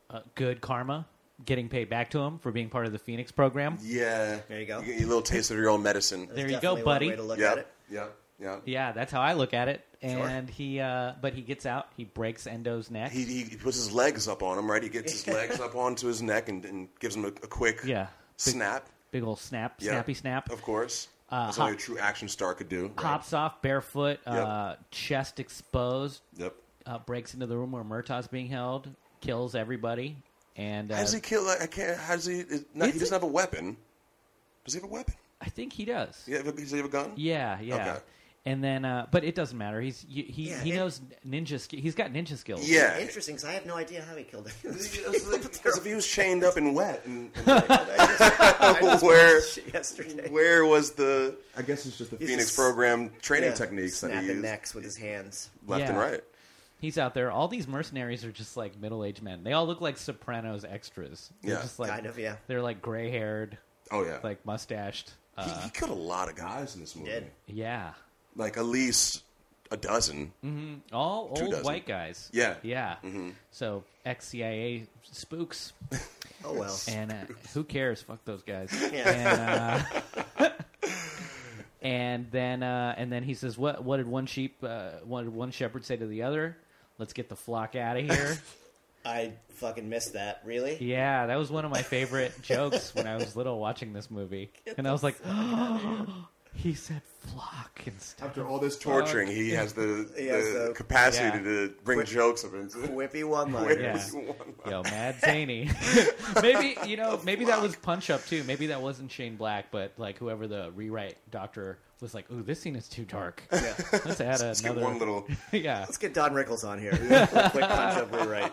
uh, good karma getting paid back to him for being part of the Phoenix program.
Yeah.
There you go.
You get your little taste of your own medicine.
There
That's
you go,
definitely
buddy.
One way to look at
Yep.
it.
Yep. Yep.
Yeah, that's how I look at it.
Sure.
And he uh, but he gets out, he breaks Endo's neck.
He, he he puts his legs up on him, right? He gets his legs up onto his neck and, and gives him a, a quick
yeah, big,
snap.
big old snap,
Yeah.
snappy snap. Uh,
Of course. That's
hop-
only a true action star could do.
Hops off barefoot, uh, chest exposed,
Yep.
uh, breaks into the room where Murtaugh's being held, kills everybody, and uh,
How does he kill? Like, I can't. How does he? Is, not, he
It's a-
doesn't have a weapon. Does he have a weapon?
I think he does.
He have a, does he have a gun?
Yeah, yeah.
Okay.
And then, uh, but it doesn't matter. He's he he,
Yeah,
he
it-
knows ninja. Sk- he's got ninja skills.
Yeah.
Interesting, because I have no idea how he killed him.
Because if he was chained up and wet, and, and
I just
Where-
watched it yesterday.
where was the
I guess it's just a
Phoenix
just-
program training
Yeah,
techniques that he
snapping
used?
necks with his hands.
Left and
Yeah.
right.
He's out there. All these mercenaries are just like middle aged men. They all look like Sopranos extras. They're
Yeah.
just like
Kind of, yeah.
They're like uh, gray haired,
Oh yeah.
like mustached.
he, he killed a lot of guys in this movie.
did.
Yeah.
Like at least a dozen.
Mm-hmm. All old
dozen.
white guys.
Yeah. Mm-hmm.
Yeah. So ex CIA spooks.
Oh well.
And uh, who cares? Fuck those guys.
Yeah.
And, uh, and then uh, and then he says, "What what did one sheep? Uh, what did one shepherd say to the other? Let's get the flock out of here."
I fucking missed that. Really?
yeah, that was one of my favorite jokes when I was little watching this movie, and I was like, "He said flock and stuff."
After all this
Torturing, he has the,
He has
the
the-
capacity
Yeah.
to bring jokes up into
Whippy one
whatever
liner.
Yeah.
you want.
Yo, mad zany. maybe you know, maybe that was punch up too. Maybe that wasn't Shane Black, but like whoever the rewrite doctor was like, "Ooh, this scene is too dark. Let's add
Let's get
another
one little.
yeah,
Let's get Don Rickles on here. Quick punch up rewrite.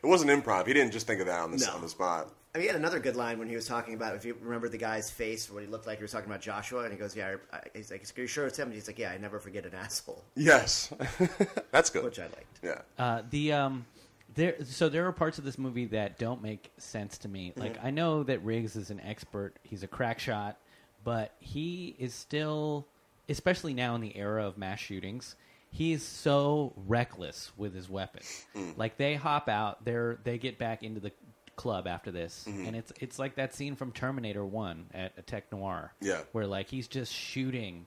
It wasn't improv. He didn't just think of that on the
No.
on the spot.
I mean, he had another good line when he was talking about if you remember the guy's face, what he looked like. He was talking about Joshua, and he goes, "Yeah." I, I- he's like, "Are you sure it's him?" And he's like, "Yeah, I never forget an asshole,"
Yes, that's good.
which I liked.
yeah,
Uh, the um, there. So there are parts of this movie that don't make sense to me.
Mm-hmm.
Like I know that Riggs is an expert; he's a crack shot, but he is still, especially now in the era of mass shootings, he is so reckless with his weapon.
Mm.
Like they hop out, they're they get back into the club after this,
Mm-hmm.
and it's it's like that scene from Terminator One at a Tech Noir,
Yeah.
where like he's just shooting.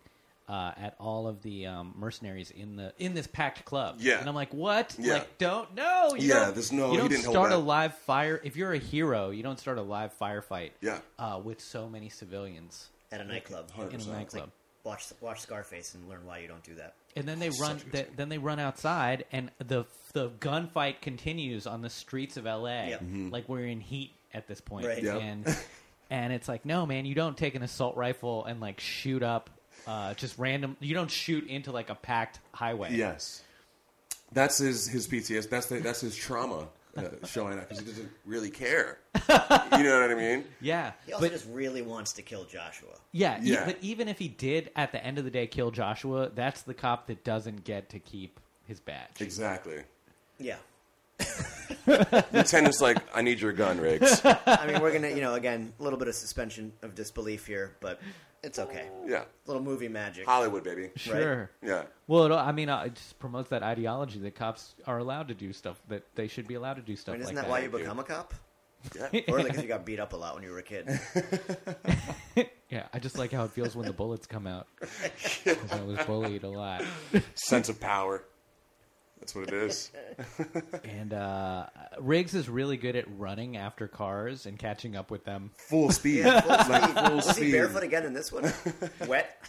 Uh, at all of the um, mercenaries in the in this packed club,
Yeah.
and I'm like, what?
Yeah.
Like, don't know. You
Yeah,
don't-
there's no-
You
he
don't
didn't hold
start a
back.
live fire. If you're a hero, you don't start a live firefight.
Yeah.
Uh, with so many civilians
At a nightclub.
in a
It's like,
nightclub,
watch watch Scarface and learn why you don't do that.
and then they run.
a good
They, then they run outside, and the the gunfight continues on the streets of L.A.
Yeah. Mhm.
Like we're in heat at this point,
Right.
Yeah.
and and it's like, no, man, you don't take an assault rifle and like shoot up. Uh, just random. You don't shoot into like a packed highway.
yes. That's his his PTS. That's the, that's his trauma uh, showing up because he doesn't really care. you know what I mean?
Yeah.
He also
but
just really wants to kill Joshua.
Yeah, e-
Yeah.
but even if he did at the end of the day kill Joshua, that's the cop that doesn't get to keep his badge.
Exactly.
Yeah.
Lieutenant's like, I need your gun, Riggs.
I mean, we're gonna, you know, again, a little bit of suspension of disbelief here, but it's okay.
Yeah,
Little movie magic.
Hollywood, baby.
Sure.
Yeah,
Well, it, I mean, uh, it just promotes that ideology that cops are allowed to do stuff that they should be allowed to do
I
stuff
mean, isn't
like
that
that.
why you become a cop?
yeah.
Or because you got beat up a lot when you were a kid.
yeah, I just like how it feels when the bullets come out. 'Cause I was bullied a lot,
Sense of power. That's what it is.
and uh, Riggs is really good at running after cars and catching up with them.
Full speed. Like full
Was he
speed.
barefoot again in this one? Wet?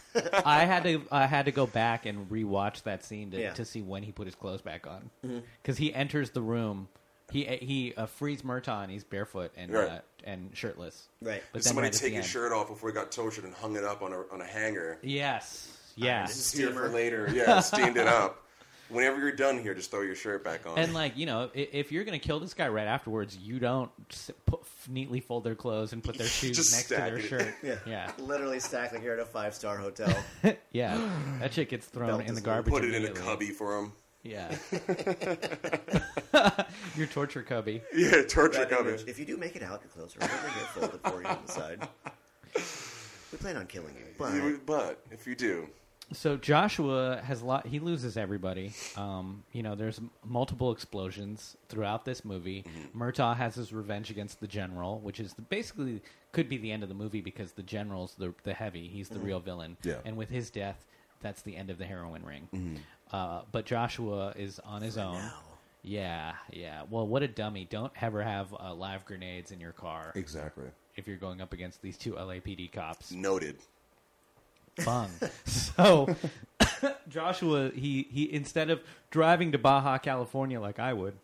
I had to I had to go back and rewatch that scene to,
Yeah.
to see when he put his clothes back on
Mm-hmm.
because he enters the room. He he uh, frees Murton. He's barefoot and
Right.
uh, and shirtless.
Right.
But then
Somebody
right at
take
the
his
end-
shirt off before he got tortured and hung it up on a on a hanger.
Yes. Yeah.
this is-
Here for
Steamer.
later. Yeah, steamed it up. Whenever you're done here, just throw your shirt back on.
And like you know, i- if you're gonna kill this guy right afterwards, you don't s- put, f- neatly fold their clothes and put their shoes
Just
next to
stack
their
it.
shirt.
Yeah.
Yeah.
Literally stacked like you're at a five star hotel.
Yeah. That shit gets thrown
Belt
in the
is little.
garbage.
Put it in a
immediately.
cubby for him.
Yeah. Your torture cubby.
Yeah, torture
That
cubby.
image. If you do make it out, your clothes are over here folded for you on the side. We plan on killing you, but
You- But if you do,
So Joshua has a lot. He loses everybody. Um, you know, there's m- multiple explosions throughout this movie. Murtaugh has his revenge against the general, which is the, basically could be the end of the movie because the general's the the heavy. He's the real villain.
Yeah.
And with his death, that's the end of the heroin ring. Uh, but Joshua is on his own.
now.
Yeah, yeah. Well, what a dummy! Don't ever have uh, live grenades in your car
exactly
if you're going up against these two LAPD cops
noted.
bung. so Joshua, he he instead of driving to Baja California like I would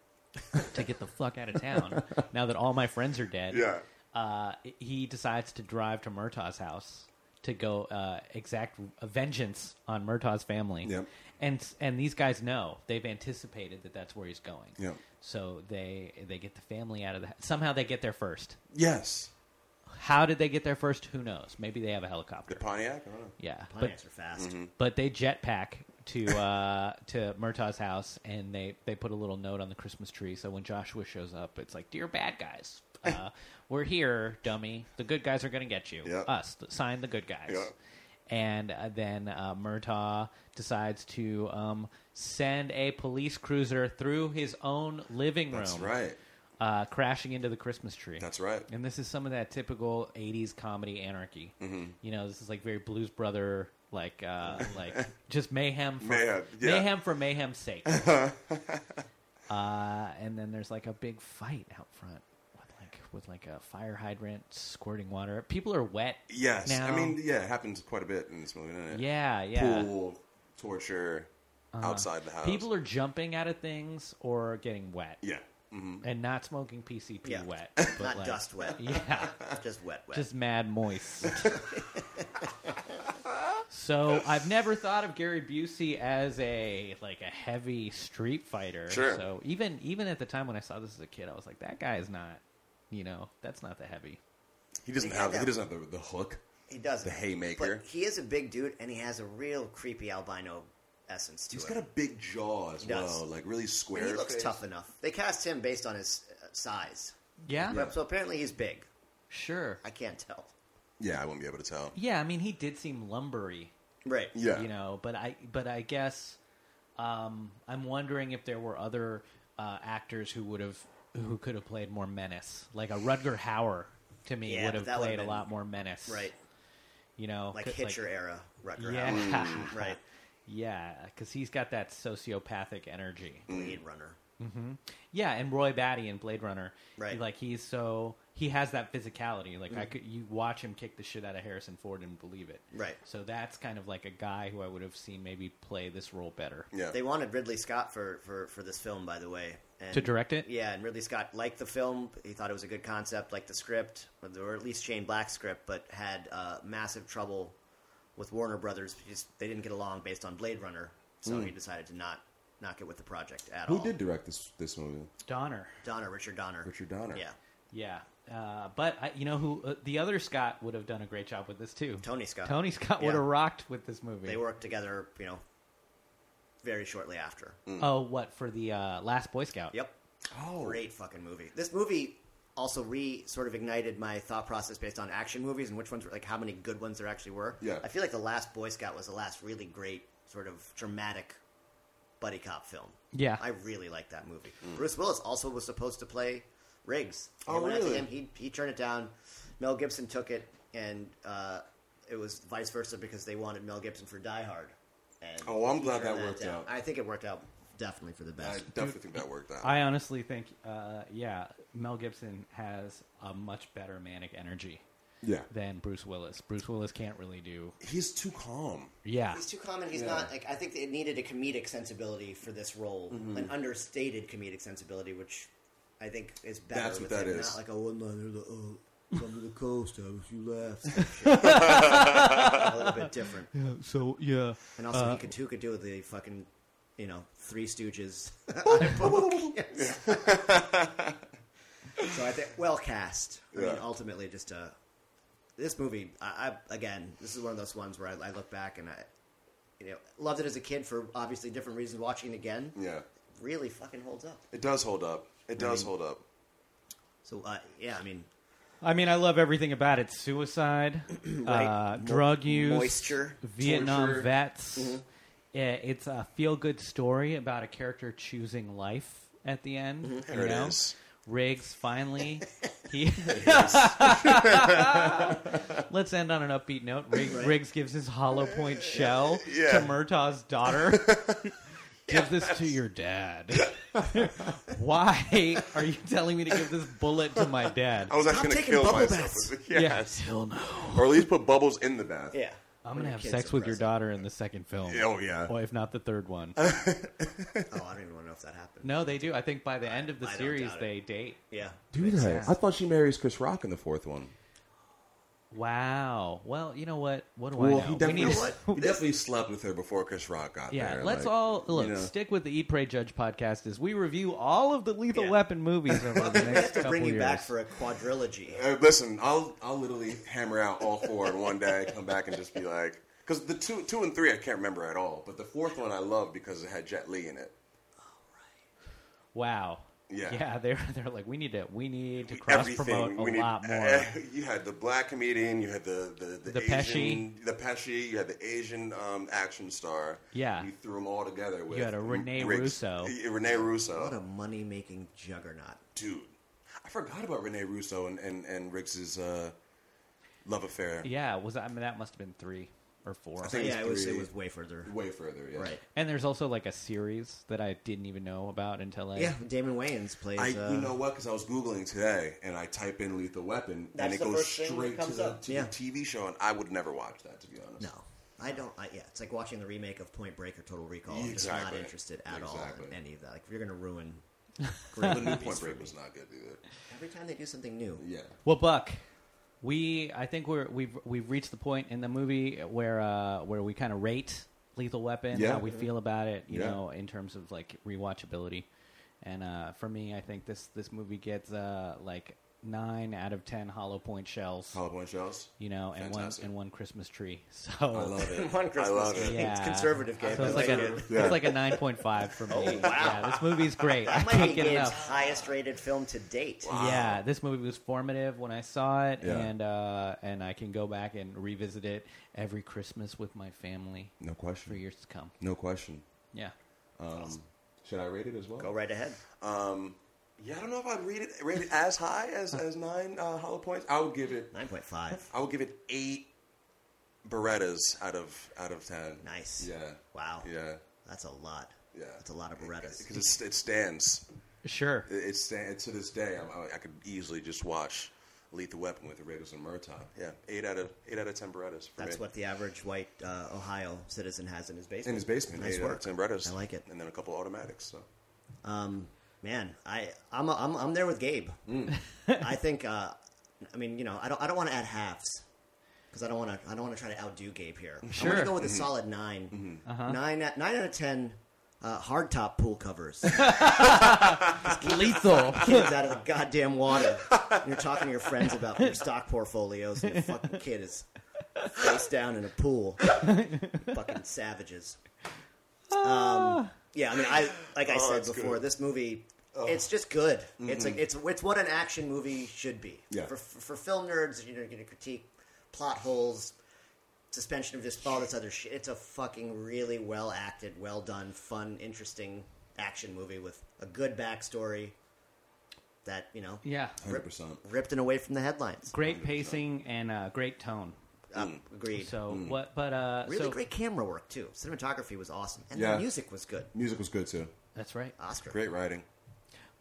to get the fuck out of town, now that all my friends are dead,
Yeah.
uh, he decides to drive to Murtaugh's house to go uh, exact vengeance on Murtaugh's family.
Yep.
And and these guys know they've anticipated that that's where he's going.
Yep.
So they they get the family out of the somehow they get there first.
Yes.
How did they get there first? Who knows? Maybe they have a helicopter.
The Pontiac. I don't know.
yeah, but
Plants are fast.
Mm-hmm.
but they jetpack to uh, to Murtaugh's house, and they they put a little note on the Christmas tree. So when Joshua shows up, it's like, "Dear bad guys, Uh, we're here, dummy. The good guys are going to get you.
Yeah.
Us. th- Sign the good guys.
Yeah.
And uh, then uh, Murtaugh decides to um, send a police cruiser through his own living room.
That's right.
Uh, crashing into the Christmas tree.
That's right.
And this is some of that typical '80s comedy anarchy.
Mm-hmm.
You know, this is like very Blues Brother, like uh, like just mayhem, for,
Mayhem, yeah.
mayhem for mayhem's sake. uh, and then there's like a big fight out front with like with like a fire hydrant squirting water. People are wet.
Yes,
now.
I mean, yeah, it happens quite a bit in this movie, doesn't it?
yeah, yeah.
Pool torture outside the house.
People are jumping out of things or getting wet,
yeah, hmm
and not smoking PCP
Yeah.
wet, but
Not
like,
dust wet.
Yeah.
Just wet, wet.
just mad moist. so I've never thought of Gary Busey as a like a heavy street fighter.
Sure.
So even even at the time when I saw this as a kid, I was like, that guy is not, you know, that's not the heavy.
he doesn't
They
have
had
he
that-
doesn't have the, the hook.
he does
the haymaker.
But he is a big dude, and he has a real creepy albino essence to
He's
it.
got a big jaw as
He does.
well, like really
And
square.
he looks
face.
tough enough. They cast him based on his uh, size,
Yeah.
But- so apparently he's big.
Sure.
I can't tell.
Yeah, I wouldn't be able to tell.
Yeah, I mean, he did seem lumbery.
Right.
Yeah,
you know but i but i guess um i'm wondering if there were other uh actors who would have who could have played more menace like a rudger hauer to me
Yeah,
would
but
have
that would have
played
been-
a lot more menace
Right.
you know
Like
'cause,
Hitcher era Rutger Hauer.
yeah
Mm, Right.
yeah because he's got that sociopathic energy
Mm-hmm.
Mm-hmm.
Blade Runner.
yeah and roy batty in blade runner
Right. Mm-hmm.
like he's so he has that physicality like i could you watch him kick the shit out of harrison ford and believe it
Right.
so that's kind of like a guy who i would have seen maybe play this role better
yeah.
They wanted Ridley Scott for, for, for this film, by the way. And,
To direct it?
Yeah, and Ridley Scott liked the film. He thought it was a good concept, liked the script, or at least Shane Black's script, but had uh, massive trouble with Warner Brothers because they didn't get along based on Blade Runner. So he decided to not not get with the project at all.
Hmm. Who did direct this this movie?
donner
Donner, Richard Donner.
Richard Donner.
Yeah.
Yeah, uh, but I, you know who? Uh, the other Scott would have done a great job with this too.
Tony Scott.
Tony Scott would
Yeah.
have rocked with this movie.
They worked together, you know, very shortly after.
Hmm.
Oh, what for the uh, Last Boy Scout?
Yep.
Oh,
Great fucking movie. This movie also re sort of ignited my thought process based on action movies and which ones were like how many good ones there actually were.
Yeah.
I feel like the last Boy Scout was the last really great sort of dramatic buddy cop film.
Yeah.
I really like that movie. Bruce Willis also was supposed to play Riggs. They
Mm. Oh,
went out to
really?
him, He he turned it down. Mel Gibson took it, and uh, it was vice versa because they wanted Mel Gibson for Die Hard. And
Oh, I'm
he
glad
turned
that worked
down.
out.
I think it worked out definitely for the
I
best.
definitely think that worked out.
I honestly think, uh, yeah, Mel Gibson has a much better manic energy
yeah,
than Bruce Willis. Bruce Willis can't really do.
he's too calm.
Yeah,
He's too common. He's
Yeah.
not like I think it needed a comedic sensibility for this role,
Mm-hmm.
an understated comedic sensibility, which I think is better.
That's
with
what that
him,
is.
Not like a one liner, the oh, come to the coast, I wish you left. Shit. a little bit different,
So yeah,
and also he could too could do the fucking, you know, Three Stooges. I'm broke. Yes. so I think well cast. I mean,
Yeah.
ultimately, just a. This movie, I, I again, this is one of those ones where I, I look back and I, you know, loved it as a kid for obviously different reasons. Watching it again,
Yeah,
really fucking holds up.
it does hold up. It does hold up.
So uh, yeah, I mean,
I mean, I love everything about it: suicide, uh, drug use,
moisture,
Vietnam
torture. Mm-hmm.
vets. Yeah, it's a feel-good story about a character choosing life at the end.
Mm-hmm. There
you
it
know?
is.
Riggs finally. He, let's end on an upbeat note. Rig,
Right.
Riggs gives his hollow point shell
Yeah.
to Murtaugh's daughter. give this to your dad. Why are you telling me to give this bullet to my dad?
I was
Stop
actually going to
taking
kill
bubble
myself.
baths.
with it.
yeah.
Oh, Yes.
Hell no.
or at least put bubbles in the bath.
yeah,
I'm gonna have
uh, Kids
sex
are
with your
present.
daughter in the second film.
Yeah, Oh yeah. Uh.
Or if not the third one.
Oh, I don't even want to know if that happened.
no, they do. I think by the end of the
I don't
series,
doubt it.
they date.
Yeah,
Do they? I thought she marries Chris Rock in the fourth one.
Wow. Well, you know what? What do I know?
Well, he
We
definitely,
need-
he definitely slept with her before Chris Rock got
Yeah,
there.
let's
like,
all
you
look
know.
stick with the Eat Pray Judge podcast as we review all of the Lethal
Yeah.
Weapon movies over the next
to
couple
bring you
years.
back for a quadrilogy.
Uh, listen, I'll I'll literally hammer out all four in one day, come back and just be like, because the two two and three I can't remember at all, but the fourth one I love because it had Jet Li in it.
Wow.
Yeah.
yeah, they're they're like we need to we need to cross promote a
we need-
lot more.
eh, you had the black comedian. You had the the the,
The
Asian, the Pesci. You had the Asian um, action star.
Yeah.
you threw them all together. With
had a Rene Russo.
eh, Rene Russo,
What a money making juggernaut.
dude! I forgot about Rene Russo and and and Riggs's uh, love affair.
yeah, was I mean that must have been three or four.
I think
yeah, it was
three.
it was way further.
Way further, yeah.
Right.
And there's also like a series that I didn't even know about until I
Yeah, Damon Wayans plays.
I,
uh,
you know what? Because I was googling today, and I type in Lethal Weapon,
That's
and it
the
goes
first thing that
straight to,
comes
the,
up.
to
Yeah.
the TV show, and I would never watch that, to be honest.
no, I don't. I, yeah, it's like watching the remake of Point Break or Total Recall. I'm just not
Exactly.
interested at all
Exactly.
in any of that. Like, if you're gonna ruin
The new Point Break was not good either.
every time they do something new,
Yeah,
Well, Buck, we I think we're we've we've reached the point in the movie where uh, where we kind of rate Lethal Weapon,
Yeah.
how we feel about it, you
Yeah.
know, in terms of like rewatchability. And uh, for me, I think this this movie gets uh, like nine out of ten hollow point shells,
Hollow Point Shells.
you know, and
Oh, Fantastic.
one and one Christmas tree. So
I love it.
Oh. One Christmas
I love
tree.
it.
Yeah.
It's conservative game.
So it's
I
like,
like
a
it.
it's
Yeah.
like a nine point five for me. Yeah, this movie's great. I
That might be
can't get
Gabe's
enough.
highest rated film to date.
Yeah, this movie was formative when I saw it,
Yeah.
and uh, and I can go back and revisit it every Christmas with my family
No
for
question.
years to come.
No question.
Yeah,
Um, should I rate it as well?
Go right ahead.
Um, yeah, I don't know if I'd rate it rate it as high as as nine uh, Hollow Points. I would give it.
Nine point five.
I would give it eight Berettas out of out of ten.
Nice.
Yeah.
Wow.
Yeah.
That's a lot.
Yeah.
That's a lot of Berettas.
Because it, it stands.
sure.
It, it stands to this day. I'm- I, I could easily just watch Lethal Weapon with Regis and Murtaugh. Yeah. Eight out of eight out of ten Berettas. For
That's
me.
what the average white uh, Ohio citizen has in his basement.
in his basement.
Nice
eight
work.
out of ten Berettas.
I like it.
And then a couple automatics. So.
Um, man, I I'm I'm, I'm there with Gabe.
Mm.
I think uh, I mean you know I don't I don't want to add halves because I don't want to I don't want to try to outdo Gabe here. I'm
Sure.
gonna go
Mm-hmm.
with a solid 9 Nine out- nine out of ten uh, hardtop pool covers.
Lethal.
Kids out of the goddamn water. And you're talking to your friends about your stock portfolios, and the fucking kid is face down in a pool. fucking savages. Um, yeah, I mean, I like I
Oh,
said
that's
before,
good. Oh. Mm-hmm.
this movie, it's just good. It's like it's it's what an action movie should be.
Yeah.
For, for, for film nerds, you know, you're gonna critique plot holes, suspension of disbelief, all this other shit. It's a fucking really well acted, well done, fun, interesting action movie with a good backstory that you know
Yeah,
Hundred percent.
ripped and away from the headlines.
great pacing and uh, great tone.
Um, agreed.
So
Hmm.
what? But uh,
really
so,
great camera work too. Cinematography was awesome, and
Yeah.
the music was good.
Music was good too.
That's right.
Oscar.
Great writing.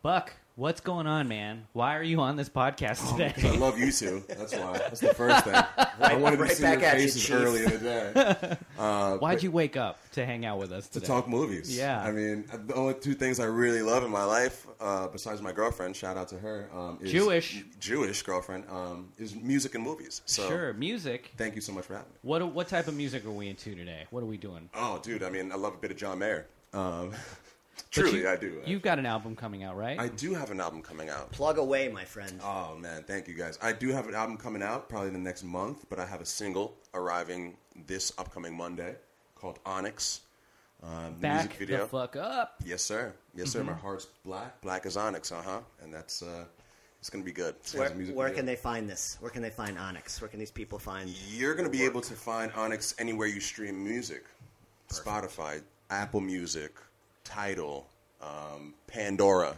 Buck, what's going on, man? Why are you on this podcast today?
I love you two. That's why. That's the first thing. I wanted
right
to see
back
your
at you,
faces
Chief.
early in the day uh,
Why'd you wake up to hang out with us
to
today?
talk movies.
Yeah.
I mean, the only two things I really love in my life, uh, besides my girlfriend, shout out to her, um, is
Jewish.
Jewish girlfriend, um, is music and movies. So
Sure, music.
thank you so much for having me.
What what type of music are we into today? What are we doing?
Oh, dude, I mean, I love a bit of John Mayer. Um,
But
truly,
you-
I do.
You've got an album coming out, right?
I do have an album coming out.
Plug away, my friend.
Oh man, thank you guys. I do have an album coming out probably the next month, but I have a single arriving this upcoming Monday called Onyx. Um, the
Back
music video.
the fuck Mm-hmm. up.
yes, sir. Yes, sir. My heart's black. Black as Onyx. Uh huh. And that's uh, it's gonna be good. It's
where
a music
where
video.
can they find this? Where can they find Onyx? Where can these people find?
You're gonna be
Work.
able to find Onyx anywhere you stream music, Spotify, Apple Music, Tidal, um, Pandora.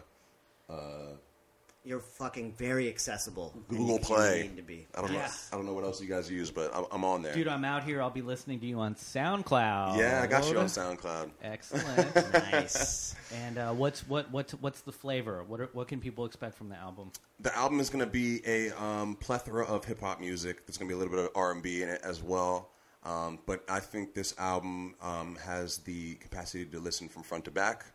You're fucking very accessible. and
Google
you- you
Play.
Need to be.
I don't know.
Yes.
I don't know what else you guys use, but I'm, I'm on there.
Dude, I'm out here. I'll be listening to you on SoundCloud.
yeah, I got you on SoundCloud.
Excellent.
Nice.
and uh, what's what what's what's the flavor? What are, what can people expect from the album?
the album is going to be a um, plethora of hip hop music. There's going to be a little bit of R and B in it as well. Um, but I think this album um, has the capacity to listen from front to back.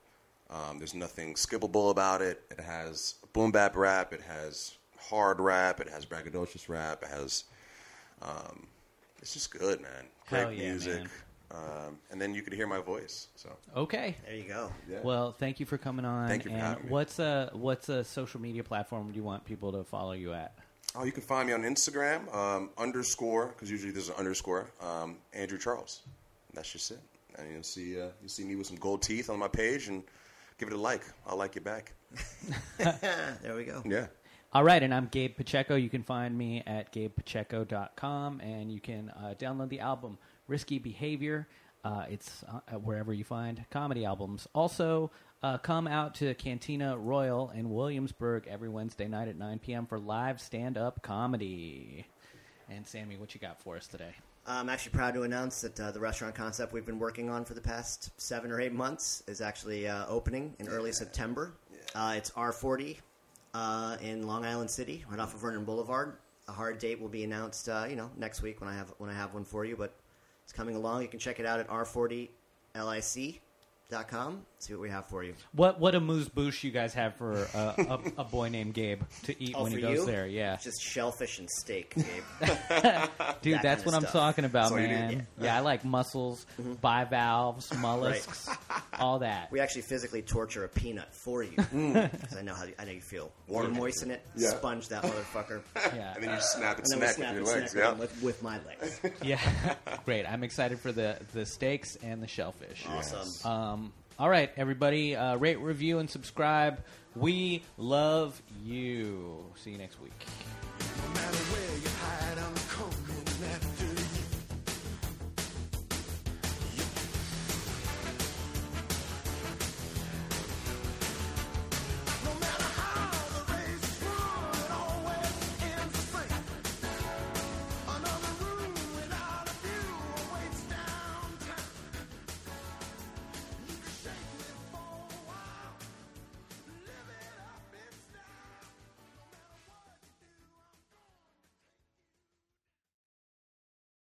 Um, there's nothing skippable about it. It has boom bap rap. It has hard rap. It has braggadocious rap. It has. Um, it's just good, man. Great
Hell yeah,
music.
man.
Um, and then you could hear my voice. So
Okay.
There you go.
yeah.
Well, thank you for coming on.
Thank you for
and
having me.
What's a what's a social media platform do you want people to follow you at?
Oh, you can find me on Instagram um, underscore because usually there's an underscore. Um, Andrew Charles. That's just it. And you'll see uh, you'll see me with some gold teeth on my page and give it a like. I'll like you back.
there we go.
Yeah.
All right, and I'm Gabe Pacheco. You can find me at gabepacheco.com, and you can uh, download the album Risky Behavior. Uh, it's uh, wherever you find comedy albums. Also, uh, come out to Cantina Royal in Williamsburg every Wednesday night at 9 p.m. for live stand up comedy. And Sammy, what you got for us today?
I'm actually proud to announce that uh, the restaurant concept we've been working on for the past seven or eight months is actually uh, opening in early September. Uh, it's R40 uh, in Long Island City, right off of Vernon Boulevard. A hard date will be announced, uh, you know, next week when I have when I have one for you. But it's coming along. You can check it out at R40LIC.com. See what we have for you.
What what a moose boosh you guys have for uh, a, a boy named Gabe to eat
Oh,
when he goes there? Yeah,
Just shellfish and steak, Gabe.
dude,
that
that's
kind
what
of
I'm
stuff.
talking about,
That's what you do.
man. Yeah. I like mussels, bivalves, mollusks, all that.
we actually physically torture a peanut for you. 'Cause I know how you, I know you feel.
Water.
You moisten it,
Yeah.
sponge that motherfucker.
Yeah.
And then you snap and
And then we
snack
snap
with your
and
legs.
snack
Yeah.
with, with, with my legs.
Yeah, great. I'm excited for the the steaks and the shellfish.
Awesome.
Um, all right, everybody, uh, rate, review, and subscribe. We love you. See you next week.